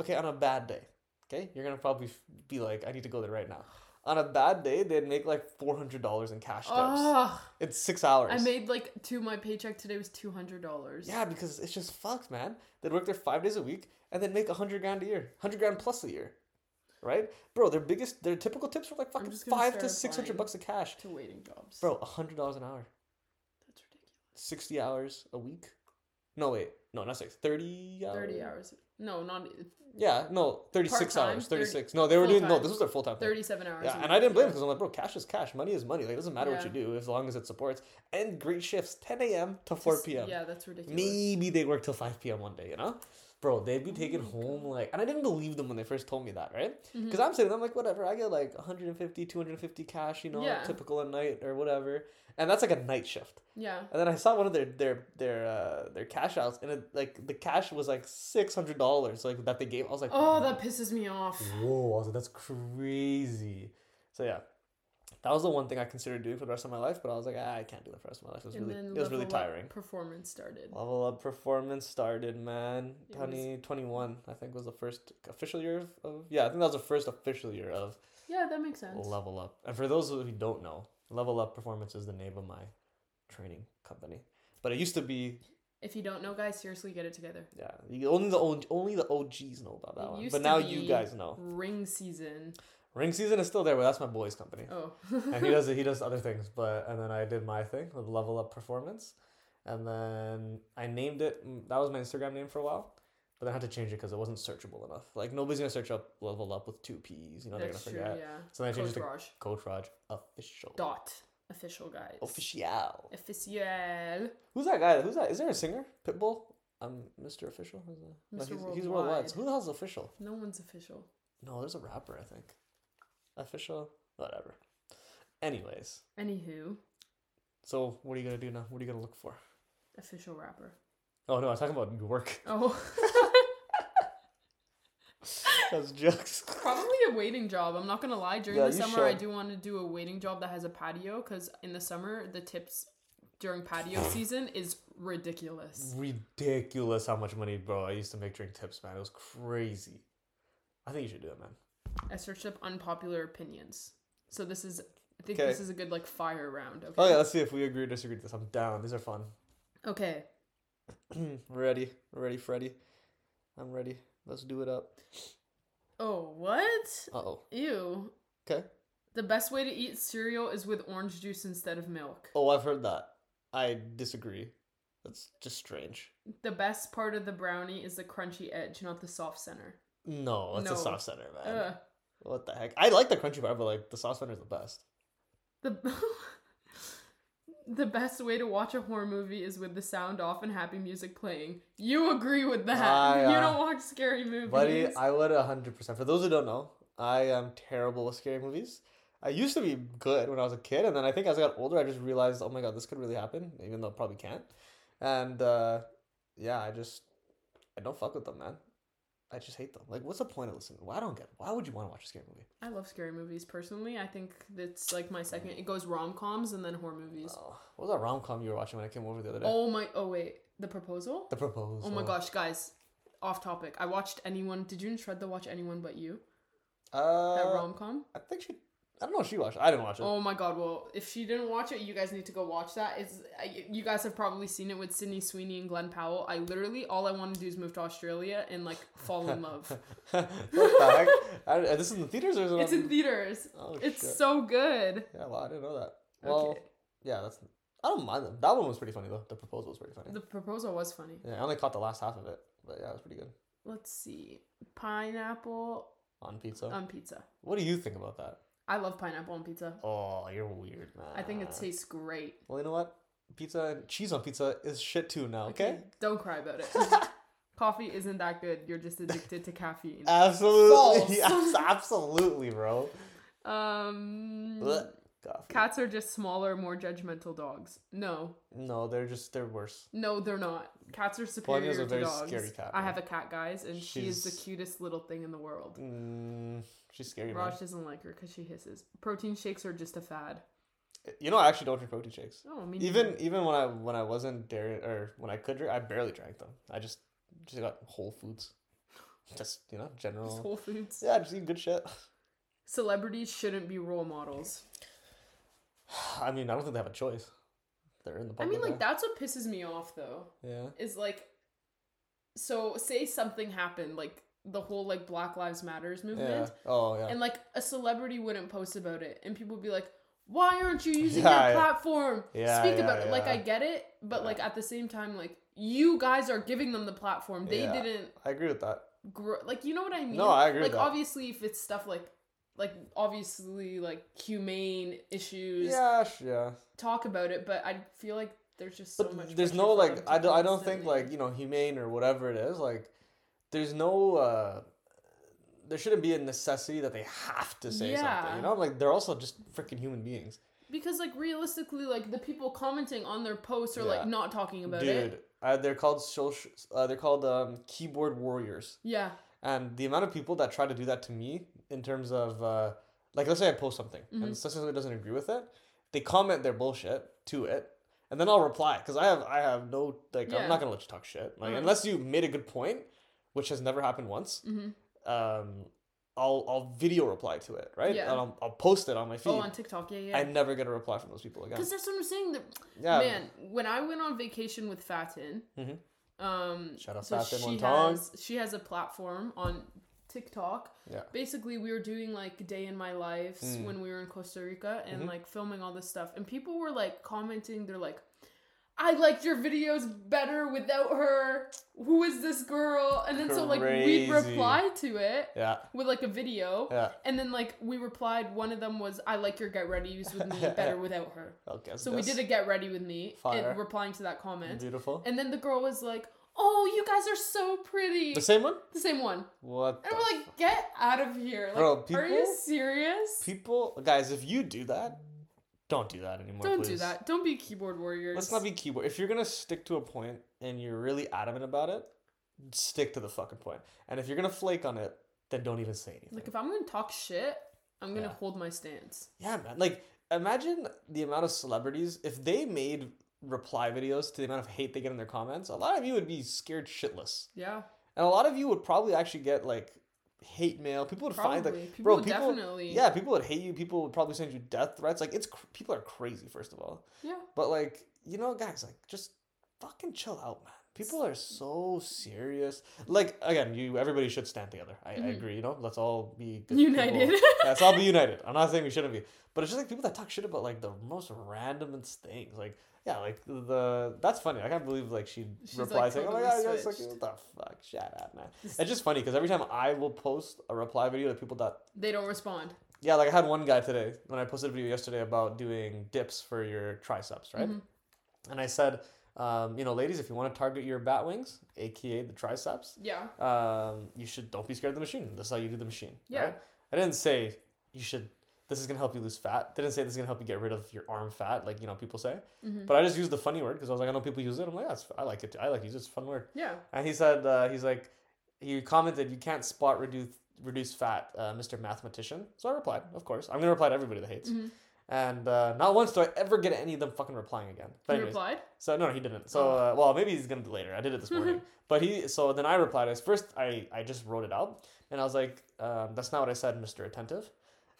okay, on a bad day, okay? You're gonna probably f- be like, I need to go there right now. On a bad day, they'd make like $400 in cash tips.
Ugh.
it's six hours.
Ah. I made like two. My paycheck today was two hundred dollars.
Yeah, because it's just fucked, man. They'd work there five days a week and then make a hundred grand a year, hundred grand plus a year, right, bro? Their biggest, their typical tips were like fucking
just gonna
five to
start
six hundred
applying.
bucks of cash,
To waiting jobs.
bro. A hundred dollars an hour,
That's ridiculous.
sixty hours a week. No wait, no, not six. Thirty hours.
Thirty hours. No, not e,
Yeah, no, thirty-six
Part-time,
hours.
30
Thirty-six. No, they were doing no.
full-time.
This was their full-time. thing.
thirty-seven hours.
Yeah,
a
and
week.
I didn't blame
Yeah.
because I'm like, bro, cash is cash. Money is money. Like, it doesn't matter what
Yeah.
you do as long as it supports. And great shifts, 10 a.m. to 4
Just-
p.m.
Yeah, that's ridiculous.
Maybe they work till 5 p.m. one day, you know? Bro, they'd be taken
Oh my
home like, and I didn't believe them when they first told me that, right?
Mhm.
Because I'm sitting there, I'm like, whatever, I get like 150, 250 cash, you know,
Yeah.
typical a night or whatever. And that's like a night shift.
Yeah.
And then I saw one of their, their, their, uh, their cash outs, and it, like, the cash was like $600, like, that they gave. I was like,
Oh, that pisses me off.
whoa, I was like, that's crazy. So yeah, that was the one thing I considered doing for the rest of my life, but I was like, ah, I can't do that for the rest of my life. It was
and
really,
then
it was really
level up
tiring.
Performance started.
Level Up Performance started, man.
It was-
2021, I think, was the first official year of, of- yeah, I think that was the first official year of
Yeah, that makes sense.
Level Up. And for those who don't know, Level Up Performance is the name of my training company. But it used to be,
If you don't know, guys, seriously, get it together.
yeah, the- only the O- only the OGs know about
It
that one.
used
But
to
now you
be-
guys know.
Ring season.
Ring Season is still there, but that's my boys' company.
Oh.
and he does he does other things but and then i did my thing with level up performance and then i named it that was my instagram name for a while but then i had to change it because it wasn't searchable enough like nobody's gonna search up level up with two p's you know
That's
they're
true.
gonna forget
Yeah.
so then i changed
Coach
it to
Raj.
coach raj official
Dot. Official guys.
official
Official.
who's that guy who's that is there a singer pitbull um mr official Is there-
Mr.
he's, he's
Worldwide.
worldwide so who the hell's official
No one's official.
no there's a rapper i think official whatever anyways
Anywho,
so what are you gonna do now what are you gonna look for
official rapper.
Oh no, I was talking about your work.
Oh,
That's jokes.
probably a waiting job. I'm not gonna lie. During
Yeah,
the
you
summer, I
should.
do want to do a waiting job that has a patio because in the summer, the tips during patio season is ridiculous.
Ridiculous how much money, bro, I used to make during tips, man. It was crazy. I think you should do it, man.
I searched up unpopular opinions, so this is. I think
Okay.
this is a good like fire round. Okay.
Oh yeah, let's see if we agree or disagree with this. I'm down. These are fun.
Okay.
ready. Ready, Freddy. I'm ready. Let's do it up.
Oh what?
Uh oh.
Ew.
Okay.
The best way to eat cereal is with orange juice instead of milk.
Oh, I've heard that. I disagree. That's just strange.
The best part of the brownie is the crunchy edge, not the soft center.
No, it's
No. Uh.
a soft center, man.
Ugh.
What the heck? I like the crunchy part, but like the soft center is the best.
The The best way to watch a horror movie is with the sound off and happy music playing. You agree with that.
I,
You
uh,
don't watch scary movies.
Buddy, I would 100%. For those who don't know, I am terrible with scary movies. I used to be good when I was a kid, and then I think as I got older, I just realized, oh my god, this could really happen, even though it probably can't. And uh, yeah, I just, I don't fuck with them, man. I just hate them. Like, what's the point of listening? Well, I don't get. It. Why would you want to watch a scary movie?
I love scary movies personally. I think that's like my second. It goes rom coms and then horror movies.
Oh, what was that rom com you were watching when I came over the other day?
Oh my! Oh wait, The Proposal.
The proposal.
Oh my gosh, guys! Off topic. I watched Anyone. Did you and Shred the watch Anyone but You?
Uh,
That rom com.
I think she. I don't know if she watched. it. I didn't watch it.
Oh my god! Well, if she didn't watch it, you guys need to go watch that. It's I- you guys have probably seen it with Sydney Sweeney and Glenn Powell. I literally all I want to do is move to Australia and like fall in love.
what the heck? I, don't- this is in the theaters or is it
it's
on-
in theaters.
Oh,
It's
shit.
so good.
Yeah, well, I didn't know that. Well,
okay.
yeah, that's. I don't mind them. That one was pretty funny though. The proposal was pretty funny.
The proposal was funny.
Yeah, I only caught the last half of it, but yeah, it was pretty good
Let's see. Pineapple
on pizza.
on pizza.
what do you think about that?
I love pineapple on pizza.
Oh, you're weird, man.
I think it tastes great.
Well, you know what? Pizza and cheese on pizza is shit too now. Okay.
Don't cry about it. Coffee isn't that good. You're just addicted to caffeine. False.
absolutely, yes, absolutely, bro.
Um
Blech. Coffee.
cats are just smaller, more judgmental dogs. No.
no, they're just they're worse.
No, they're not. Cats are
Polly
superior
is a
to
very
dogs.
scary cat,
I
man.
have a cat, guys, and she is the
She's-
cutest little thing in the world.
Mm, she's scary, man.
Raj doesn't like her because she hisses. Protein shakes are just a fad.
You know, I actually don't drink protein shakes.
Oh, I mean,
Even even when I when I wasn't dairy or when I could drink, I barely drank them. I just just got Whole Foods, just you know general.
just Whole Foods.
yeah, just eat good shit.
Celebrities shouldn't be role models.
I mean, I don't think they have a choice. They're in the
I
public.
mean, like
eye.
that's what pisses me off though.
Yeah.
Is like, so say something happened, like the whole like Black Lives Matters
Yeah.
movement,
Oh yeah.
and like a celebrity wouldn't post about it, and people would be like, "Why aren't you using
Yeah,
your
yeah.
platform?
Yeah,
Speak
yeah,
about it." Like
yeah.
I get it, but
Yeah.
like at the same time, like you guys are giving them the platform. They
Yeah.
didn't
I agree with that.
grow. Like you know what I mean?
No, I agree
Like
with that.
obviously, if it's stuff like like obviously like humane issues
Yeah, sh- yeah.
talk about it, but I feel like there's just so
But
much.
there's
pressure
no
for
like
them to
I don't I don't think
constantly-
like you know humane or whatever it is like there's no uh there shouldn't be a necessity that they have to say something.
Yeah.
You know, like they're also just freaking human beings.
because like realistically, like the people commenting on their posts are like
Yeah.
not talking about
Dude,
it.
uh, they're called social uh, they're called um keyboard warriors.
Yeah,
And the amount of people that try to do that to me in terms of uh like let's say I post something
Mm-hmm.
and somebody doesn't agree with it, they comment their bullshit to it. And then I'll reply because I have I have no like
Yeah.
I'm not gonna let you talk shit like
Mhm.
unless you made a good point, which has never happened once.
hmm
Um, I'll I'll video reply to it right
Yeah.
and I'll, I'll post it on my feed.
oh on TikTok, yeah,
I
yeah.
never get a reply from those people again.
Because that's what I'm saying. That,
Yeah,
Man, when I went on vacation with Fatin,
Mhm.
um,
Shout out
so
Fatin
she
Montong.
has she has a platform on TikTok.
Yeah.
Basically, we were doing like day in my lives
Mm.
when we were in Costa Rica and
Mhm.
like filming all this stuff, and people were like commenting. They're like. I liked your videos better without her. Who is this girl? And then so like we'd
Crazy.
reply to it
yeah,
with like a video.
yeah.
And then like we replied, one of them was, I like your get ready's with me better without her.
Okay,
So we did a get ready with me
Fire. Mm-hmm.
and replying to that comment.
Beautiful.
And then the girl was like, Oh, you guys are so pretty.
The same one?
The same one.
What?
And
the
we're
fuck?
like, Get out of here. Like,
Bro,
are you
people-
serious?
people, guys, if you do that, don't do that anymore.
Don't do
please.
that. Don't be keyboard warriors.
Let's not be keyboard. If you're gonna stick to a point and you're really adamant about it, stick to the fucking point. And if you're gonna flake on it, then don't even say anything.
Like, if I'm going to talk shit, I'm going to
Yeah.
hold my stance.
yeah, man. Like, imagine the amount of celebrities if they made reply videos to the amount of hate they get in their comments. A lot of you would be scared shitless,
Yeah.
and a lot of you would probably actually get like hate mail. People would
Probably.
find like
people
bro,
would
people-
definitely.
yeah, people would hate you. People would probably send you death threats. Like, it's cr- people are crazy. First of all,
Yeah.
But like, you know, guys, like just fucking chill out, man. People are so serious. Like again, you everybody should stand together. I, I
Mhm.
agree. You know, let's all be good people.
United.
Yeah, let's all be united. I'm not saying we shouldn't be, but it's just like people that talk shit about like the most randomest things. Like yeah, like the that's funny. I can't believe like she
She's, like,
replies like, "Oh my
totally
god, guys, like
switched.
what the fuck? Shut up, man." It's just funny because every time I will post a reply video to people that
they don't respond.
yeah, like I had one guy today when I posted a video yesterday about doing dips for your triceps, right?
Mhm.
And I said, um, you know, ladies, if you want to target your bat wings, aka the triceps,
Yeah.
um, you should don't be scared of the machine. That's how you do the machine.
Yeah.
right? I didn't say you should this is gonna help you lose fat. Didn't say this is gonna help you get rid of your arm fat, like you know people say.
Mhm.
But I just used the funny word because I was like, I know people use it. I'm like, that's I like it. Too. I like it. It's just a fun word.
Yeah.
And he said, uh, he's like, he commented, you can't spot reduce reduce fat, uh, Mr. Mathematician. So I replied, of course. I'm gonna reply to everybody that hates.
Mhm.
And uh, not once do I ever get any of them fucking replying again. But
you
anyways,
replied?
so no, no, he didn't. So
Oh.
uh, well, maybe he's gonna do later. I did it this
Mm-hmm.
morning. but he so then I replied. I first I I just wrote it out and I was like, um, that's not what I said, Mister Attentive.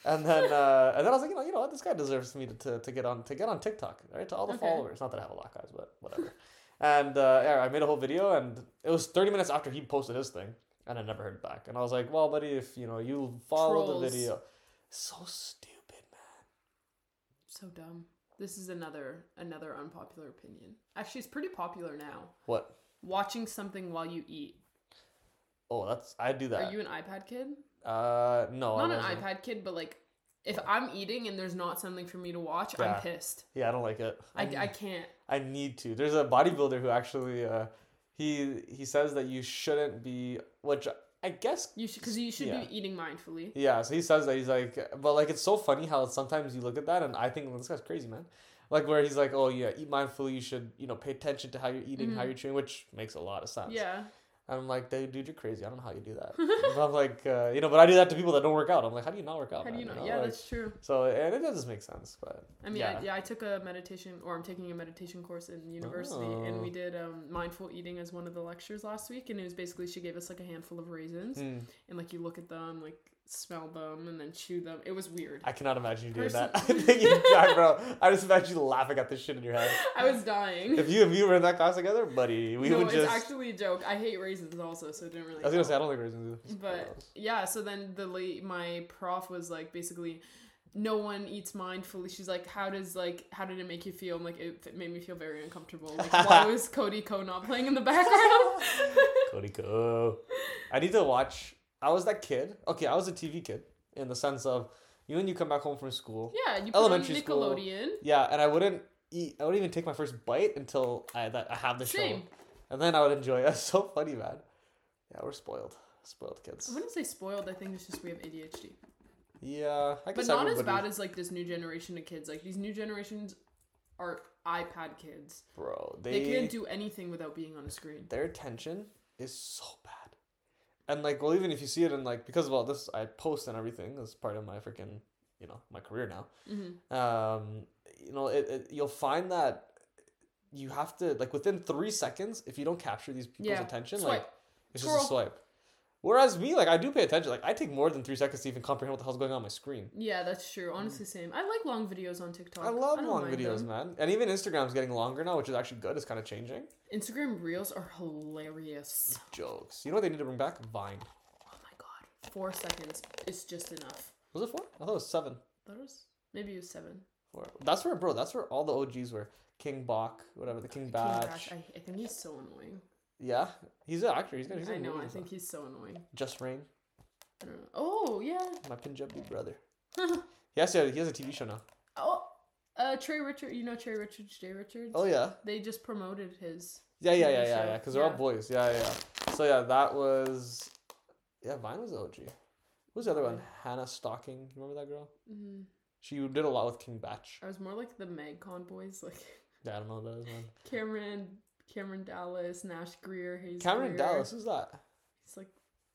And then uh, and then I was like, you know, you know what, this guy deserves me to, to, to get on to get on TikTok, right? To all the
Okay.
followers. Not that I have a lot, guys, but whatever. and uh, yeah, I made a whole video, and it was thirty minutes after he posted his thing, and I never heard back. And I was like, well, buddy, if you know you follow the
Trolls.
video, so stupid, man.
So dumb. This is another another unpopular opinion. Actually, it's pretty popular now.
What?
Watching something while you eat.
Oh, that's I do that.
Are you an iPad kid?
uh, no, I
Not an
wasn't.
iPad kid, but like if I'm eating and there's not something for me to watch,
Yeah.
I'm pissed.
Yeah, I don't like it.
I,
need-
I can't.
I need to. There's a bodybuilder who actually uh, he he says that you shouldn't be, which I guess
You should because you should
Yeah.
be eating mindfully.
yeah. So he says that he's like, but like it's so funny how sometimes you look at that and I think this guy's crazy, man. Like where he's like, oh yeah, eat mindfully. You should you know pay attention to how you're eating, how
Mhm.
you're chewing, which makes a lot of sense.
Yeah.
And I'm like, dude, dude, you're crazy. I don't know how you do that. But I'm like, uh, you know, but I do that to people that don't work out. I'm like, how do you not work out?
How do
man?"
you know?
know,
Yeah,
like-
that's true.
so and it does make sense, but
I mean,
yeah.
I, yeah, I took a meditation, or I'm taking a meditation course in university,
Oh.
and we did um, mindful eating as one of the lectures last week. And it was basically she gave us like a handful of raisins,
Mm.
and like you look at them, like smell them, and then chew them. It was weird.
I cannot imagine you doing that. I
Person-
think you, yeah, bro. I just imagine you laughing at this shit in your head.
I was dying.
If you and me were in that class together, buddy, we
no,
would
it's
just.
actually a joke. I hate raisins also, so it didn't really.
I was gonna say I
help.
don't like raisins. either.
But yeah, so then the late my prof was like basically no one eats mindfully. She's like, how does like how did it make you feel? I'm like it, it made me feel very uncomfortable. Like why was Cody Co not playing in the background?
Oh, Cody Co. I need to watch. I was that kid. Okay, I was a TV kid in the sense of you and you come back home from school.
yeah, you put
Elementary
on
school.
Nickelodeon.
Yeah, and I wouldn't eat. I wouldn't even take my first bite until I that I have the show,
Same.
and then I would enjoy. it. That's so funny, man. Yeah, we're spoiled. Spoiled
I
kids.
wouldn't say spoiled. I think it's just we have ADHD,
Yeah, I
but
guess
not as
everybody-
bad as like this new generation of kids. Like these new generations are iPad kids.
bro. They,
They can't do anything without being on a screen.
their attention is so bad. And like, well, even if you see it in like, because of all this, I post and everything as part of my freaking, you know, my career now.
hmm
Um, you know, it, it you'll find that you have to like within three seconds if you don't capture these people's
Yeah.
attention,
Swipe.
like it's just a
Scroll.
swipe. Whereas me, like I do pay attention. Like I take more than three seconds to even comprehend what the hell's going on, on my screen.
Yeah, that's true. Honestly, same. I like long videos on TikTok.
I love
don't
long
mind
videos,
them.
man. And even Instagram's getting longer now, which is actually good. It's kind of changing.
Instagram reels are hilarious.
Jokes. You know what they need to bring back? Vine.
Oh my god. Four seconds is just enough.
Was it four? I thought it was seven.
That was maybe it was seven.
Or- That's where, bro. That's where all the OGs were. King Bach, whatever the King
King Bash,
Batch.
I, I think he's so annoying.
Yeah, he's an actor. He's got. He's in
I know,
movies
I
and
think
stuff.
he's so annoying.
Just Rain,
I don't know. Oh yeah.
my Punjabi brother. He has to, He has a TV show now.
oh uh Trey Richard you know Trey Richards, Jay Richards?
Oh yeah,
They just promoted his
yeah, yeah,
TV
yeah, yeah,
show.
yeah. Because they're all
Yeah.
boys. Yeah, yeah, yeah. So yeah, that was. Yeah, Vine was the OG. Who's the other one? Hannah Stocking. You remember that girl?
mm,
She did a lot with King Batch.
I was more like the Meg Conboys, like
Yeah, I don't know who that is, man.
Cameron Cameron Dallas, Nash Greer, Hayes.
Cameron
Greer.
Dallas. Who's that?
It's like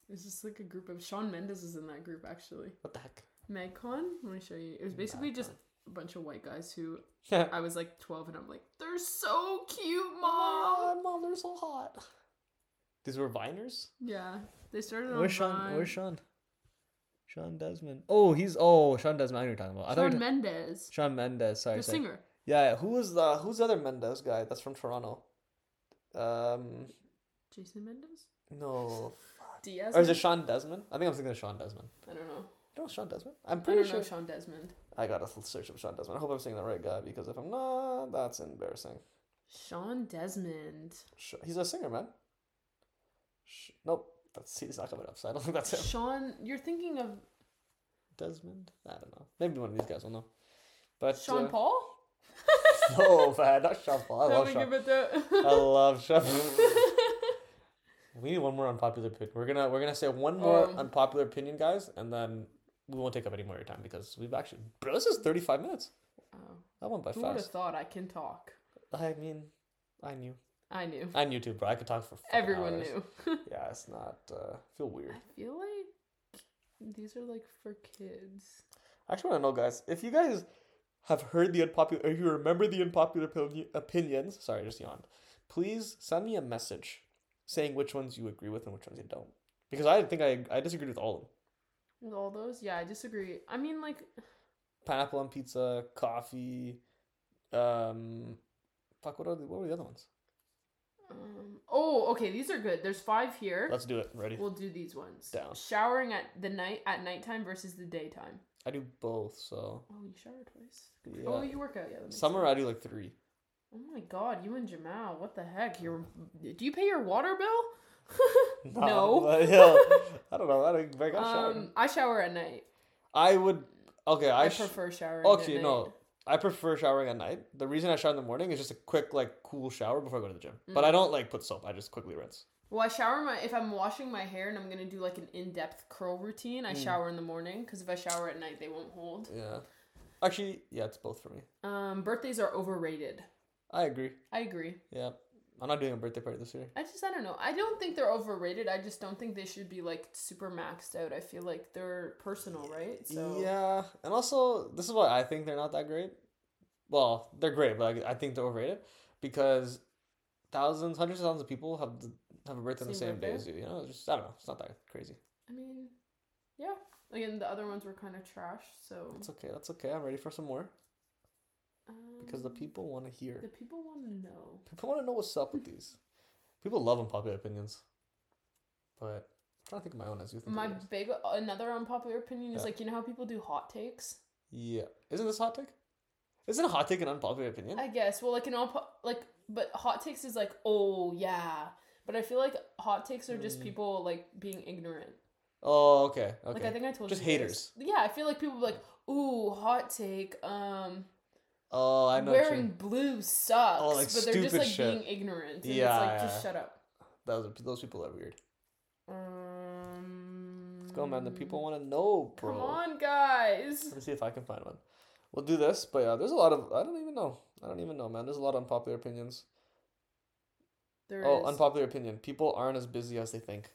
it's just like a group of Sean Mendes is in that group actually.
What the heck?
MegCon, let me show you. It was basically just
Magcon.
a bunch of white guys who
Yeah.
I was like 12 and I'm like, they're so cute, mom.
Mom, mom, they're so hot. These were Viners.
Yeah, they started on
Where's Sean?
Vine.
Where's Sean? Sean Desmond. Oh, he's oh Sean Desmond. I know who you're talking about. I
Shawn
thought you were-
Mendes,
Sean Mendes. Sorry,
the
sorry.
singer.
Yeah, yeah. Who was the who's the other Mendes guy? That's from Toronto. Um,
Jason Mendes?
no.
Diaz?
Or is it Sean Desmond? I think I'm thinking of Sean Desmond.
I don't know.
You know Sean Desmond? I'm
I
pretty
don't
sure.
know Sean Desmond.
I gotta search up Sean Desmond. I hope I'm saying the right guy because if I'm not, that's embarrassing.
Sean Desmond.
Sh- He's a singer, man. Sh- nope, that's he's not coming up. So I don't think that's him.
Sean, you're thinking of
Desmond. I don't know. Maybe one of these guys will know. But
Sean
uh,
Paul?
No, man, not Sean Paul. I
How
love
big
Sean.
of a do-
I love Sean. we need one more unpopular opinion. We're gonna we're gonna say one more
Um.
unpopular opinion, guys, and then we won't take up any more of your time because we've actually bro, this is thirty five minutes.
Oh,
That went by
who would have
Uh, fast.
thought I can talk?
I mean, I knew.
I knew.
I knew too, bro. I could talk for fucking
Everyone
hours.
knew.
Yeah, it's not. Uh, feel weird.
I feel like these are like for kids.
I actually want to know, guys, if you guys have heard the unpopular, or you remember the unpopular opini- opinions. Sorry, I just yawned. Please send me a message saying which ones you agree with and which ones you don't, because I think I I disagreed with all of them.
With all those, yeah, I disagree. I mean, like,
Pineapple on pizza, coffee. Um, fuck. What are the, what were the other ones?
um, oh, okay, these are good. There's five here.
Let's do it. Ready?
We'll do these ones.
Down.
Showering at the night at nighttime versus the daytime.
I do both. So
Oh, you shower twice.
yeah.
Oh, you work out. Yeah. that makes
Summer,
sense.
I do like three.
Oh my God, you and Jamal, what the heck? Your
Mm.
do you pay your water bill?
Nah,
No.
but, yeah, I don't know. I don't. I got showered.
um, I shower at night.
I would. Okay,
I,
I, sh-
prefer showering. at
Okay,
night.
no. I prefer showering at night. The reason I shower in the morning is just a quick, like, cool shower before I go to the gym. But
Mm.
I don't like put soap. I just quickly rinse.
Well, I shower my if I'm washing my hair and I'm gonna do like an in-depth curl routine. I
Mm.
shower in the morning because if I shower at night, they won't hold.
Yeah. Actually, yeah, it's both for me.
Um, birthdays are overrated.
I agree.
I agree.
Yeah, I'm not doing a birthday party this year.
I just I don't know. I don't think they're overrated. I just don't think they should be like super maxed out. I feel like they're personal, right? So
Yeah, and also this is why I think they're not that great. Well, they're great, but I, I think they're overrated because thousands, hundreds of thousands of people have the, have a birthday on the
Same
same day
birthday?
as you. You know, It's just I don't know. It's not that crazy.
I mean, yeah. Again, the other ones were kind of trash. So
It's okay. That's okay. I'm ready for some more
um,
because the people want to hear.
the people want to know.
People want to know what's up with these. People love unpopular opinions. But I'm trying to think of my own as you think. of
My
yours.
big another unpopular opinion is
Yeah.
like you know how people do hot takes.
Yeah. Isn't this a hot take? Isn't a hot take an unpopular opinion?
I guess. Well, like an all like, but hot takes is like, oh yeah. But I feel like hot takes are just
Mm.
people like being ignorant.
oh, okay. Okay.
Like I think I told
Just
you guys.
haters.
Yeah, I feel like people be like, ooh, hot take. Um,
oh, I know. what you
wearing
mean.
blue sucks.
Oh, like,
but they're just
stupid
like
shit.
being ignorant. And
Yeah,
It's like
yeah.
just shut up.
Those, are- those people are weird.
Um,
Let's go, man. The people want to know, bro.
Come on, guys.
Let me see if I can find one. We'll do this, but yeah, there's a lot of. I don't even know. I don't even know, man. There's a lot of unpopular opinions.
There is.
Oh, unpopular opinion. People aren't as busy as they think.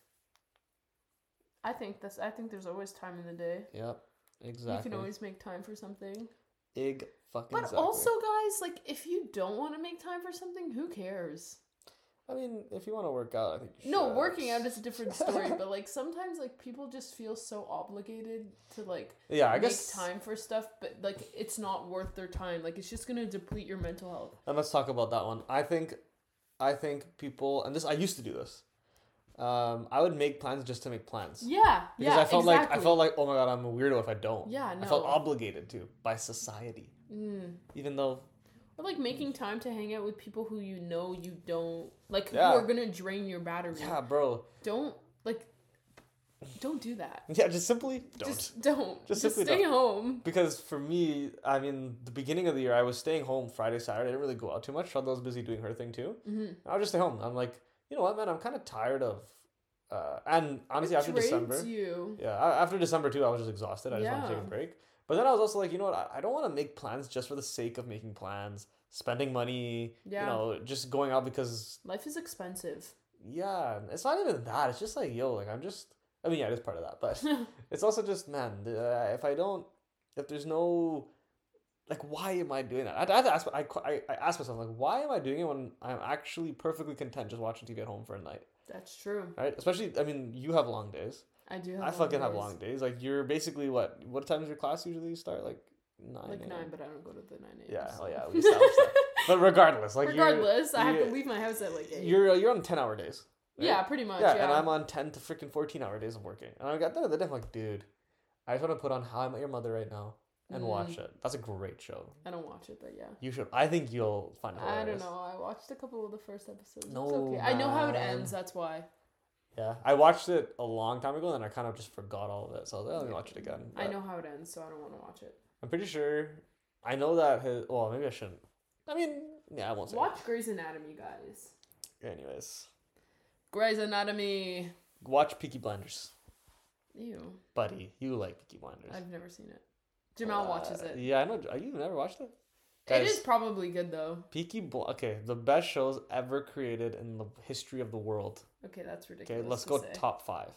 I think that's. I think there's always time in the day.
Yep. Exactly.
You can always make time for something.
Ig fucking
But
exactly.
also, guys, like if you don't want to make time for something, who cares?
I mean, if you want to work out, I think you
No,
should.
working out is a different story, but like sometimes like people just feel so obligated to like
yeah, I
make
guess.
time for stuff, but like it's not worth their time. Like it's just gonna deplete your mental health.
And let's talk about that one. I think, I think people, and this I used to do this. Um, I would make plans just to make plans
Yeah,
because
yeah,
I felt
exactly.
like I felt like oh my god, I'm a weirdo if I don't.
Yeah,
I felt
no.
obligated to by society,
Mm.
even though
Or like making time to hang out with people who you know you don't like
Yeah.
who are gonna drain your battery.
yeah, bro,
Don't like don't do that.
yeah, just simply don't.
Just don't.
Just
Just,
simply
stay home.
because for me, I mean, the beginning of the year, I was staying home Friday, Saturday. I didn't really go out too much. Chantal was busy doing her thing too.
Mhm.
I would just stay home. I'm like, you know what, man? I'm kind of tired of, uh, and honestly,
It
after
drains
December,
you.
Yeah, a- after December too, I was just exhausted. I just wanted to take a
Yeah.
break. But then I was also like, you know what? I- I don't want to make plans just for the sake of making plans, spending money.
Yeah.
You know, just going out because
Life is expensive.
yeah, it's not even that. It's just like yo, like I'm just. I mean, yeah, it is part of that, but it's also just man. th- Uh, if I don't, if there's no, like, why am I doing that? I, I have to ask. I, qu- I I ask myself like, why am I doing it when I'm actually perfectly content just watching TV at home for a night,
That's true.
right? Especially, I mean, you have long days.
I do have
I fucking have
days.
long days. Like you're basically what? What time does your class usually start? Like nine.
Like
a.m.?
nine, but I don't go to the nine eight.
Yeah. Oh yeah. We established that. But regardless, like
Regardless, I have to
you-
leave my house at like
you're
eight.
you're you're on ten hour days. right?
yeah, pretty much.
yeah,
Uh, Yeah,
and I'm on ten to freaking fourteen hour days of working. And I got that the day. I'm like, dude, I just want to put on How I Met Your Mother right now and
Mm.
watch it. That's a great show.
I don't watch it, but yeah.
You should. I think you'll find. it
I don't
hilarious.
know. I watched a couple of the first episodes.
No,
it's okay. I know how it
man.
ends. That's why
Yeah, I watched it a long time ago, and I kind of just forgot all of it. So I was like, "Oh, let me
Yeah.
watch it again.
I
But-
know how it ends, so I don't want to watch it.
I'm pretty sure. I know that his. Well, maybe I shouldn't. I mean, yeah, I won't say. it.
Watch Grey's Anatomy, guys.
Anyways,
Grey's Anatomy.
watch Peaky Blinders.
Ew.
buddy. You like Peaky Blinders.
I've never seen it. Uh, Jamal
Uh,
watches it.
Yeah, I know. uh, You never watched it?
it
Guys,
is probably good though.
Peaky Bl- Okay, the best shows ever created in the history of the world.
Okay, that's ridiculous.
Okay, let's
to
go
say.
top five.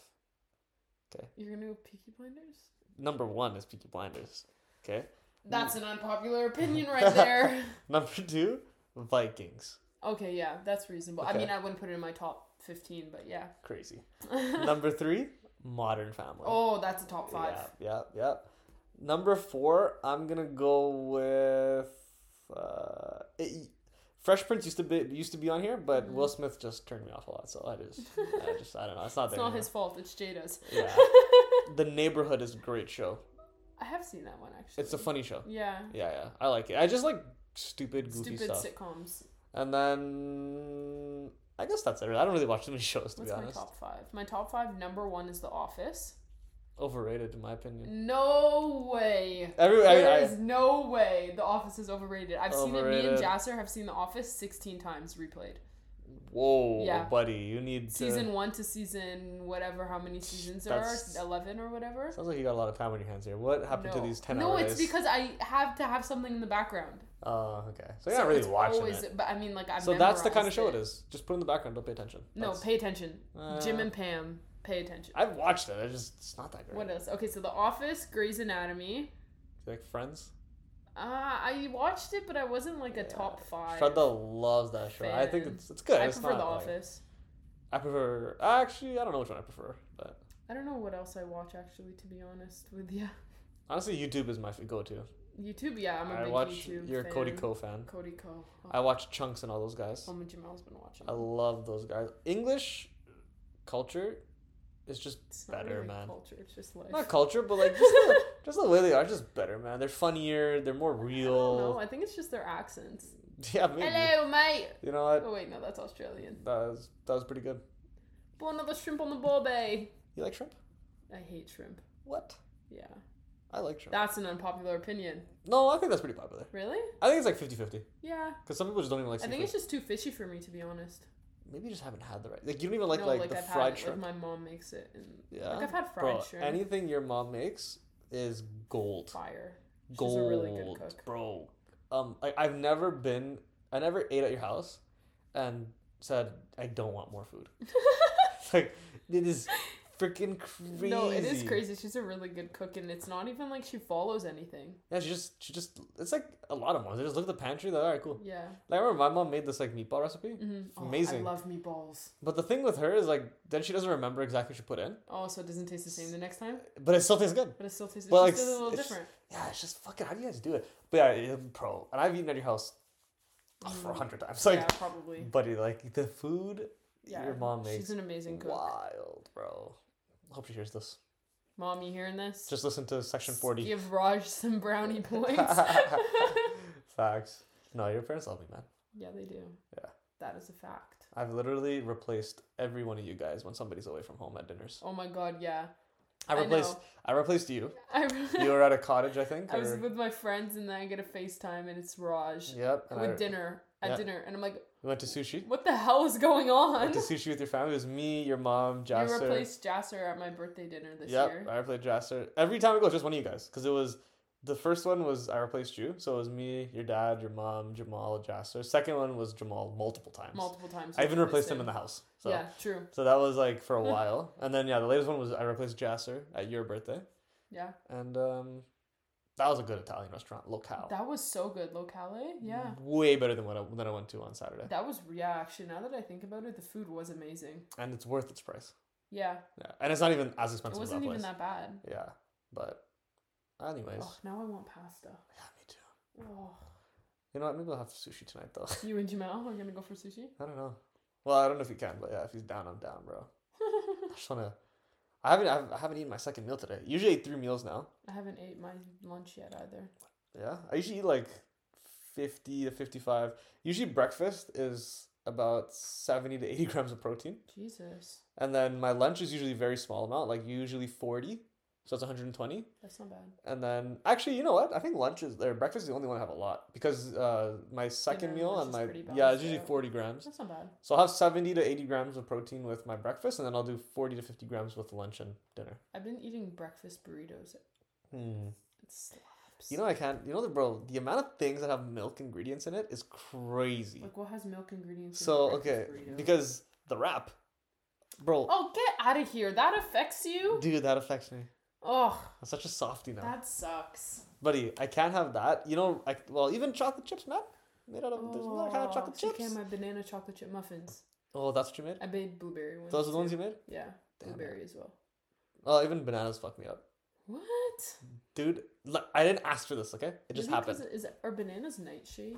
You're gonna go Peaky Blinders?
Number one is Peaky Blinders. Okay.
That's an unpopular opinion right there.
Number two, Vikings.
okay, yeah, that's reasonable. I
Okay.
mean, I wouldn't put it in my top fifteen, but yeah.
Crazy. Number three, Modern Family.
oh, that's a top five.
Yeah, yeah, yeah. Number four, I'm gonna go with. Uh, it, Fresh Prince used to be used to be on here, but
Mm-hmm.
Will Smith just turned me off a lot, so I just, I just, I don't know. It's not
It's
there.
not
anymore.
his fault. It's Jada's.
Yeah. the Neighborhood is a great show.
I have seen that one actually.
It's a funny show.
Yeah.
Yeah, yeah. I like it. I just like stupid, goofy
Stupid
stuff.
sitcoms.
and then I guess that's it. I don't really watch too many shows to
What's
be
my
honest.
top five? My top five. Number one is The Office.
Overrated in my opinion.
No way.
Every Mm. I,
Mm. There
I,
is no way The Office is overrated. I've seen it. Me and
Overrated.
Jasser have seen The Office 16 times replayed.
whoa,
Yeah.
buddy, you need to.
Season one to season whatever, how many seasons there
That's-
are, 11 or whatever.
Sounds like you got a lot of time on your hands here. What happened
No.
to these ten
No,
hour
it's
days?
because I have to have something in the background.
Oh, okay. So you're not really
it's
watching
always-
it.
But I mean, like, I've
So that's the kind of
memorized
show it is. Just put it in the background. Don't pay attention.
No,
That's-
pay attention. Jim
Uh,
and Pam, pay attention.
I've watched it. I just it's not that great.
What else? Okay, so The Office, Grey's Anatomy.
You like Friends?
Uh, I watched it, but I wasn't like a
Yeah.
top five.
Shredda loves that show. I think
fan.
it's it's good.
I
it's
prefer The
not, like-
Office.
I prefer actually. I don't know which one I prefer, but
I don't know what else I watch actually, to be honest with you.
honestly, YouTube is my f- go-to.
YouTube, yeah, I'm a
I
big
watch.
YouTube.
you're a Cody
fan. Oh
Co fan.
Cody Co. Oh,
I watch Chunks and all those guys.
Mama Jamal's been watching.
I love those guys. English culture is just
it's not
better,
really
man.
Culture, it's just life.
Not culture, but like just the, just the way they are, just better, man. They're funnier. They're more
No,
real.
I think it's just their accents.
Yeah, maybe.
Hello, mate.
You know what?
Oh wait, no, that's Australian.
That was that was pretty good.
Pull another shrimp on the ball bay.
You like shrimp?
I hate shrimp.
What?
Yeah,
I like shrimp.
that's an unpopular opinion.
No, I think that's pretty popular.
Really?
I think it's like 50-50.
Yeah.
Because some people just don't even like
I
seafood.
think it's just too fishy for me, to be honest.
Maybe you just haven't had the right. Like you don't even like
no,
like,
like
the
I've had
fried
it,
shrimp.
like my mom makes it, and
yeah.
like I've had fried
Bro,
shrimp.
anything your mom makes is gold.
Fire. She's
Gold,
a really good cook.
bro. Um, I, I've never been. I never ate at your house, and said I don't want more food. like it is freaking crazy.
No, it is crazy. She's a really good cook, and it's not even like she follows anything.
Yeah, she just she just it's like a lot of moms. They just look at the pantry. They're like, all right, cool.
Yeah.
Like, I remember my mom made this like meatball recipe.
Mhm. Oh,
Amazing.
I love meatballs.
But the thing with her is like then she doesn't remember exactly what she put in,
Oh, so it doesn't taste the same the next time,
but it still tastes good.
but it still tastes. It
Well,
just
like,
tastes a little
it's-
different.
Yeah, it's just fucking. How do you guys do it? But yeah, it- bro. And I've eaten at your house oh, for a hundred times. Like,
Mm. yeah, probably.
buddy, like the food
Yeah.
your mom makes
She's an amazing cook.
Wild, bro. Hope she hears this.
Mom, you hearing this?
Just listen to section 40.
Give Raj some brownie points.
Facts. No, your parents love me, man.
yeah, they do.
Yeah.
That is a fact.
I've literally replaced every one of you guys when somebody's away from home at dinners.
Oh my god, yeah.
I
I
replaced
know.
I, replaced you.
I,
You were at a cottage, I think.
I was
or-
with my friends and then I get a FaceTime and it's Raj
yep. And I,
with dinner at
Yeah.
dinner and I'm like,
we went to sushi.
what the hell is going on?
Went to sushi with your family. It was me, your mom,
You
Jasser.
replaced Jasser at my birthday dinner this
Yep,
year.
I replaced Jasser. Every time I go, it's just one of you guys. Because it was the first one was I replaced you. So it was me, your dad, your mom, Jamal, Jasser. Second one was Jamal multiple times.
Multiple times.
I even replaced him in
him.
the house. So
Yeah, true.
so that was like for a while. And then yeah, the latest one was I replaced Jasser at your birthday.
Yeah.
And um that was a good Italian restaurant, locale.
That was so good. Locale? eh? Yeah.
Way better than what I, than I went to on Saturday.
That was, yeah, actually, now that I think about it, the food was amazing.
And it's worth its price.
Yeah.
Yeah. And it's not even as
It
expensive as that
wasn't even
place.
that bad.
Yeah. But anyways.
Oh, now I want pasta.
Yeah, me too.
Oh.
You know what? Maybe I'll have sushi tonight though.
You and Jamal are gonna go for sushi?
I don't know. Well, I don't know if he can, but yeah, if he's down, I'm down, bro. I just wanna. I haven't. I've- I haven't eaten my second meal today. Usually I eat three meals now.
I haven't ate my lunch yet either.
Yeah, I usually eat like fifty to fifty-five. Usually breakfast is about seventy to eighty grams of protein,
Jesus.
and then my lunch is usually very small amount, like usually forty, So that's 120.
That's not bad.
And then actually, you know what? I think lunch is or breakfast is the only one I have a lot because uh, my second
and
meal
lunch
and
is
my
pretty
yeah, it's
balanced
usually
out.
40 grams.
That's not bad.
So I'll have 70 to 80 grams of protein with my breakfast, and then I'll do 40 to 50 grams with lunch and dinner.
I've been eating breakfast burritos.
Hmm.
It slaps.
You know I can't. You know the bro. The amount of things that have milk ingredients in it is crazy.
like what has milk ingredients? in a
so okay,
breakfast burrito?
because the wrap, bro,
oh, get out of here! That affects you.
dude, that affects me.
Oh,
I'm such a softie now,
that sucks.
buddy. I can't have that. You know, I well even chocolate chips, man. Made out of there's another kind of
Oh,
chocolate
so you
chips.
can't have my banana chocolate chip muffins.
Oh, that's what you made.
I made blueberry ones.
Those are the
too.
ones you made.
Yeah,
Damn it.
blueberry as well.
Oh, even bananas fuck me up,
What?
dude. Look, I didn't ask for this. Okay, it just
Maybe 'cause
happened.
it- Is are bananas nightshade?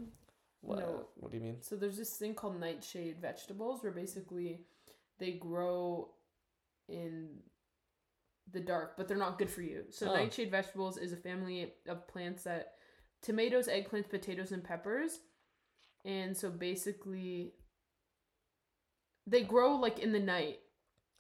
What?
No.
What do you mean?
So there's this thing called nightshade vegetables where basically they grow in the dark, but they're not good for you. So
Oh.
nightshade vegetables is a family of plants that tomatoes, eggplants, potatoes, and peppers. And so basically they grow like in the night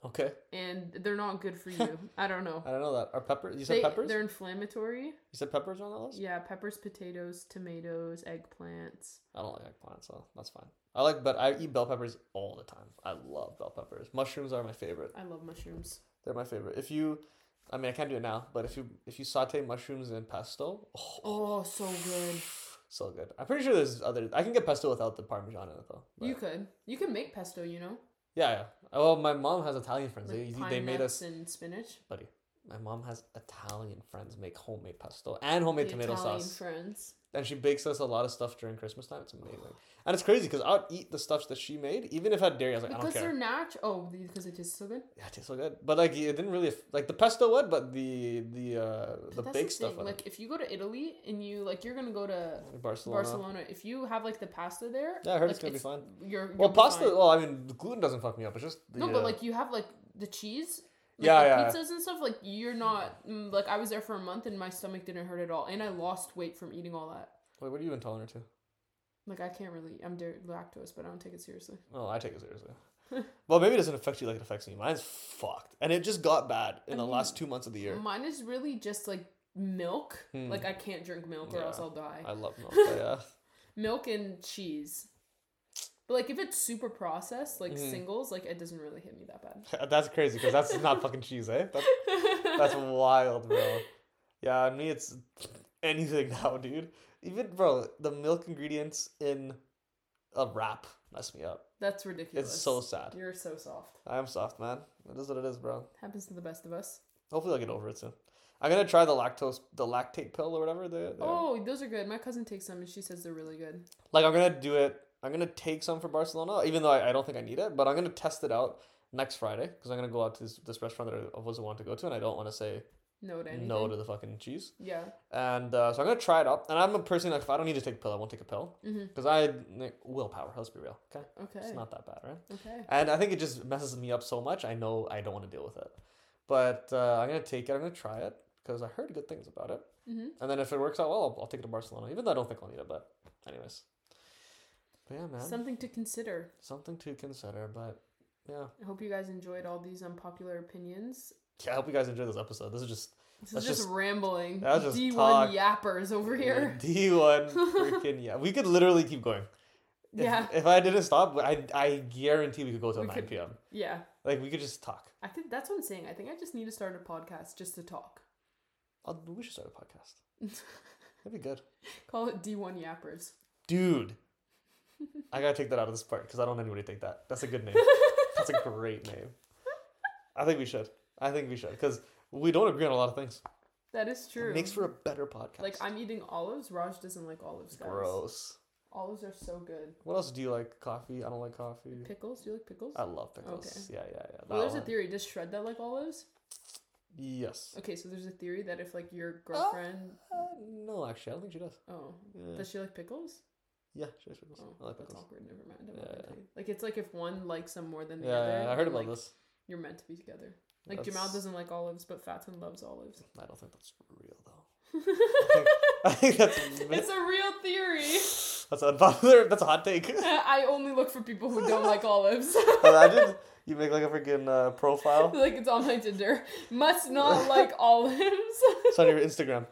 Okay,
and they're not good for you. I don't know.
I don't know that. Are peppers? You said
They,
peppers?
they're inflammatory.
You said peppers on that list?
Yeah, peppers, potatoes, tomatoes, eggplants.
I don't like eggplant, so that's fine. I like, but I eat bell peppers all the time. I love bell peppers. Mushrooms are my favorite.
I love mushrooms.
They're my favorite. If you, I mean, I can't do it now, but if you if you saute mushrooms in pesto, oh,
Oh, so good.
so good. I'm pretty sure there's other. I can get pesto without the parmesan in it though. but-
You could. You can make pesto, you know?
yeah, yeah. Oh, my mom has Italian friends.
Like
they
pine
they made
nuts
us.
and spinach.
Buddy, my mom has Italian friends make homemade pesto and homemade
The
tomato
Italian
sauce,
friends.
and she bakes us a lot of stuff during Christmas time. It's amazing, and it's crazy because I'd eat the stuffs that she made, even if I had dairy. I was like, I don't
Because
care.
they're natural. Oh, the- because it tastes so good.
Yeah, it tastes so good. But like it didn't really aff- like the pesto would, but the the uh the
But that's
baked stuff
thing,
on
Like if you go to Italy and you like, you're gonna go to
it. Barcelona.
Barcelona. If you have like the pasta there,
Yeah, I heard
like,
it's gonna be fine.
You're, you're
Well, pasta.
Fine.
Well, I mean, the gluten doesn't fuck me up. It's just the,
No, but
uh,
like you have like the cheese. Like,
Yeah,
the
yeah.
pizzas and stuff like you're not mm, like I was there for a month and my stomach didn't hurt at all and I lost weight from eating all that.
wait, what are you intolerant to?
Like I can't really I'm dairy lactose but I don't take it seriously.
Oh, I take it seriously. well, maybe it doesn't affect you like it affects me. Mine's fucked, and it just got bad in
I
the
mean,
last two months of the year.
Mine is really just like milk.
Hmm.
Like I can't drink milk or
Yeah.
else I'll die.
I love milk. but yeah,
Milk and cheese. But like if it's super processed, like
Mhm.
singles, like it doesn't really hit me that bad.
that's crazy because that's not fucking cheese, eh? That's, that's wild, bro. Yeah, me, it's anything now, dude. Even bro, the milk ingredients in a wrap mess me up.
That's ridiculous.
It's so sad.
You're so soft.
I am soft, man. It is what it is, bro.
Happens to the best of us.
Hopefully, I'll get over it soon. I'm gonna try the lactose, the lactate pill or whatever. They, they are.
Oh, those are good. My cousin takes them and she says they're really good.
Like, I'm gonna do it. I'm gonna take some for Barcelona, even though I, I don't think I need it. But I'm gonna test it out next Friday because I'm gonna go out to this, this restaurant that I wasn't want to go to, and I don't want to say
No to anything.
no to the fucking cheese.
Yeah.
And uh, so I'm gonna try it out. And I'm a person like if I don't need to take a pill, I won't take a pill
Mm-hmm.
because I like, willpower. Let's be real, okay?
Okay.
It's not that bad, right?
Okay.
And I think it just messes me up so much. I know I don't want to deal with it. But uh, I'm going to take it. I'm going to try it because I heard good things about it.
Mm-hmm.
And then if it works out well, I'll, I'll take it to Barcelona, even though I don't think I'll need it. But, anyways. But yeah, man.
Something to consider.
something to consider. But yeah.
I hope you guys enjoyed all these unpopular opinions.
Yeah, I hope you guys enjoyed this episode. This is just
This
That's
is just,
just-
rambling.
that's just
D1
talk.
yappers over here.
D1 freaking yeah. We could literally keep going. If,
Yeah.
If I didn't stop, I, I guarantee we could go till
We
9
could-
p.m.
Yeah.
Like, we could just talk.
I think that's what I'm saying. I think I just need to start a podcast just to talk.
I'll, we should start a podcast. That'd be good.
Call it D1 Yappers.
dude. I gotta take that out of this part because I don't want anybody to take that. That's a good name. That's a great name. I think we should. I think we should because we don't agree on a lot of things.
That is true.
It makes for a better podcast.
like I'm eating olives. Raj doesn't like olives. Guys.
gross.
Olives are so good.
What else do you like? Coffee? I don't like coffee.
Pickles? Do you like pickles?
I love pickles.
Okay.
Yeah, yeah, yeah. that
well, there's
one.
a theory. Does shred that like olives?
Yes.
Okay, so there's a theory that if like your girlfriend,
Uh, no, actually, I don't think she does.
oh,
Yeah,
does she like pickles?
yeah she likes pickles.
Oh,
I like
that's
pickles.
awkward. Never mind. I'm
Yeah,
not gonna
yeah.
tell you. Like it's like if one likes them more than the
Yeah,
other.
yeah, I heard
then,
about
like,
this.
You're meant to be together. Like Jamal
That's-
doesn't like olives, but Fatson loves olives.
I don't think that's real though. I think, I think
It's a real theory.
that's that's unpopular. That's a hot take.
I only look for people who don't like olives.
Imagine You make like a freaking uh, profile.
like it's on my Tinder. Must not like olives.
It's on your Instagram.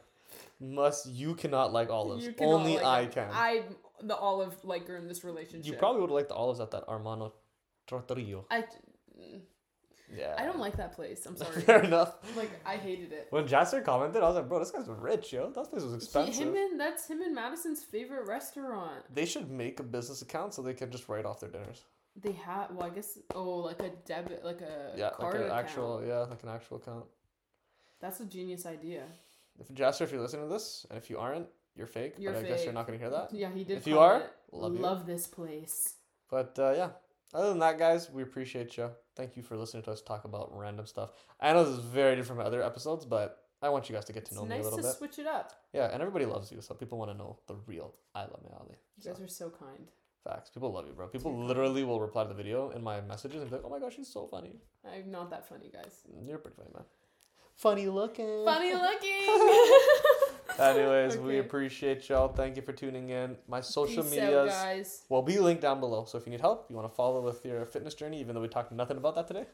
Must you cannot like olives.
You cannot
Only
like
I
it.
can.
I the olive liker in this relationship.
You probably would like the olives at that Armano Trattoria.
I
Yeah.
I don't like that place. I'm sorry.
Fair enough.
like I hated it.
When Jasper commented, I was like, bro, this guy's rich, yo. That place was
He,
expensive.
him and that's him and Madison's favorite restaurant.
they should make a business account so they can just write off their dinners.
They have well, I guess oh like a debit like a
yeah, like
card
an
account.
actual, yeah, like an actual account.
That's a genius idea.
If Jasper, if you're listening to this, and if you aren't, you're fake.
You're
but I guess you're
fake.
not gonna hear that.
Yeah, he did.
If you
comment,
are, love you.
this place.
But uh, yeah, other than that, guys, we appreciate you. Thank you for listening to us talk about random stuff. I know this is very different from other episodes, but I want you guys to get to
It's
know me a
nice
little
to
bit.
switch it up.
Yeah, and everybody loves you, so people want to know the real I love my Ali.
You
So,
guys are so kind.
facts. People love you, bro. People
Too kind.
literally will reply to the video in my messages and be like, "Oh my gosh, she's so funny.
I'm not that funny, guys.
You're pretty funny, man. Funny looking."
Funny looking.
Anyways, we
Okay.
appreciate y'all. Thank you for tuning in. My social
Peace out,
medias
guys.
will be linked down below. So if you need help, you want to follow with your fitness journey, even though we talked nothing about that today,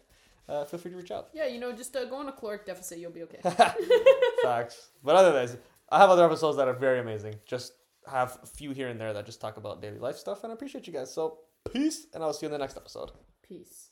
uh, feel free to reach out.
Yeah, you know, just uh, go on a caloric deficit, you'll be okay.
Facts. But otherwise, I have other episodes that are very amazing. Just have a few here and there that just talk about daily life stuff, and I appreciate you guys. So peace, and I'll see you in the next episode.
Peace.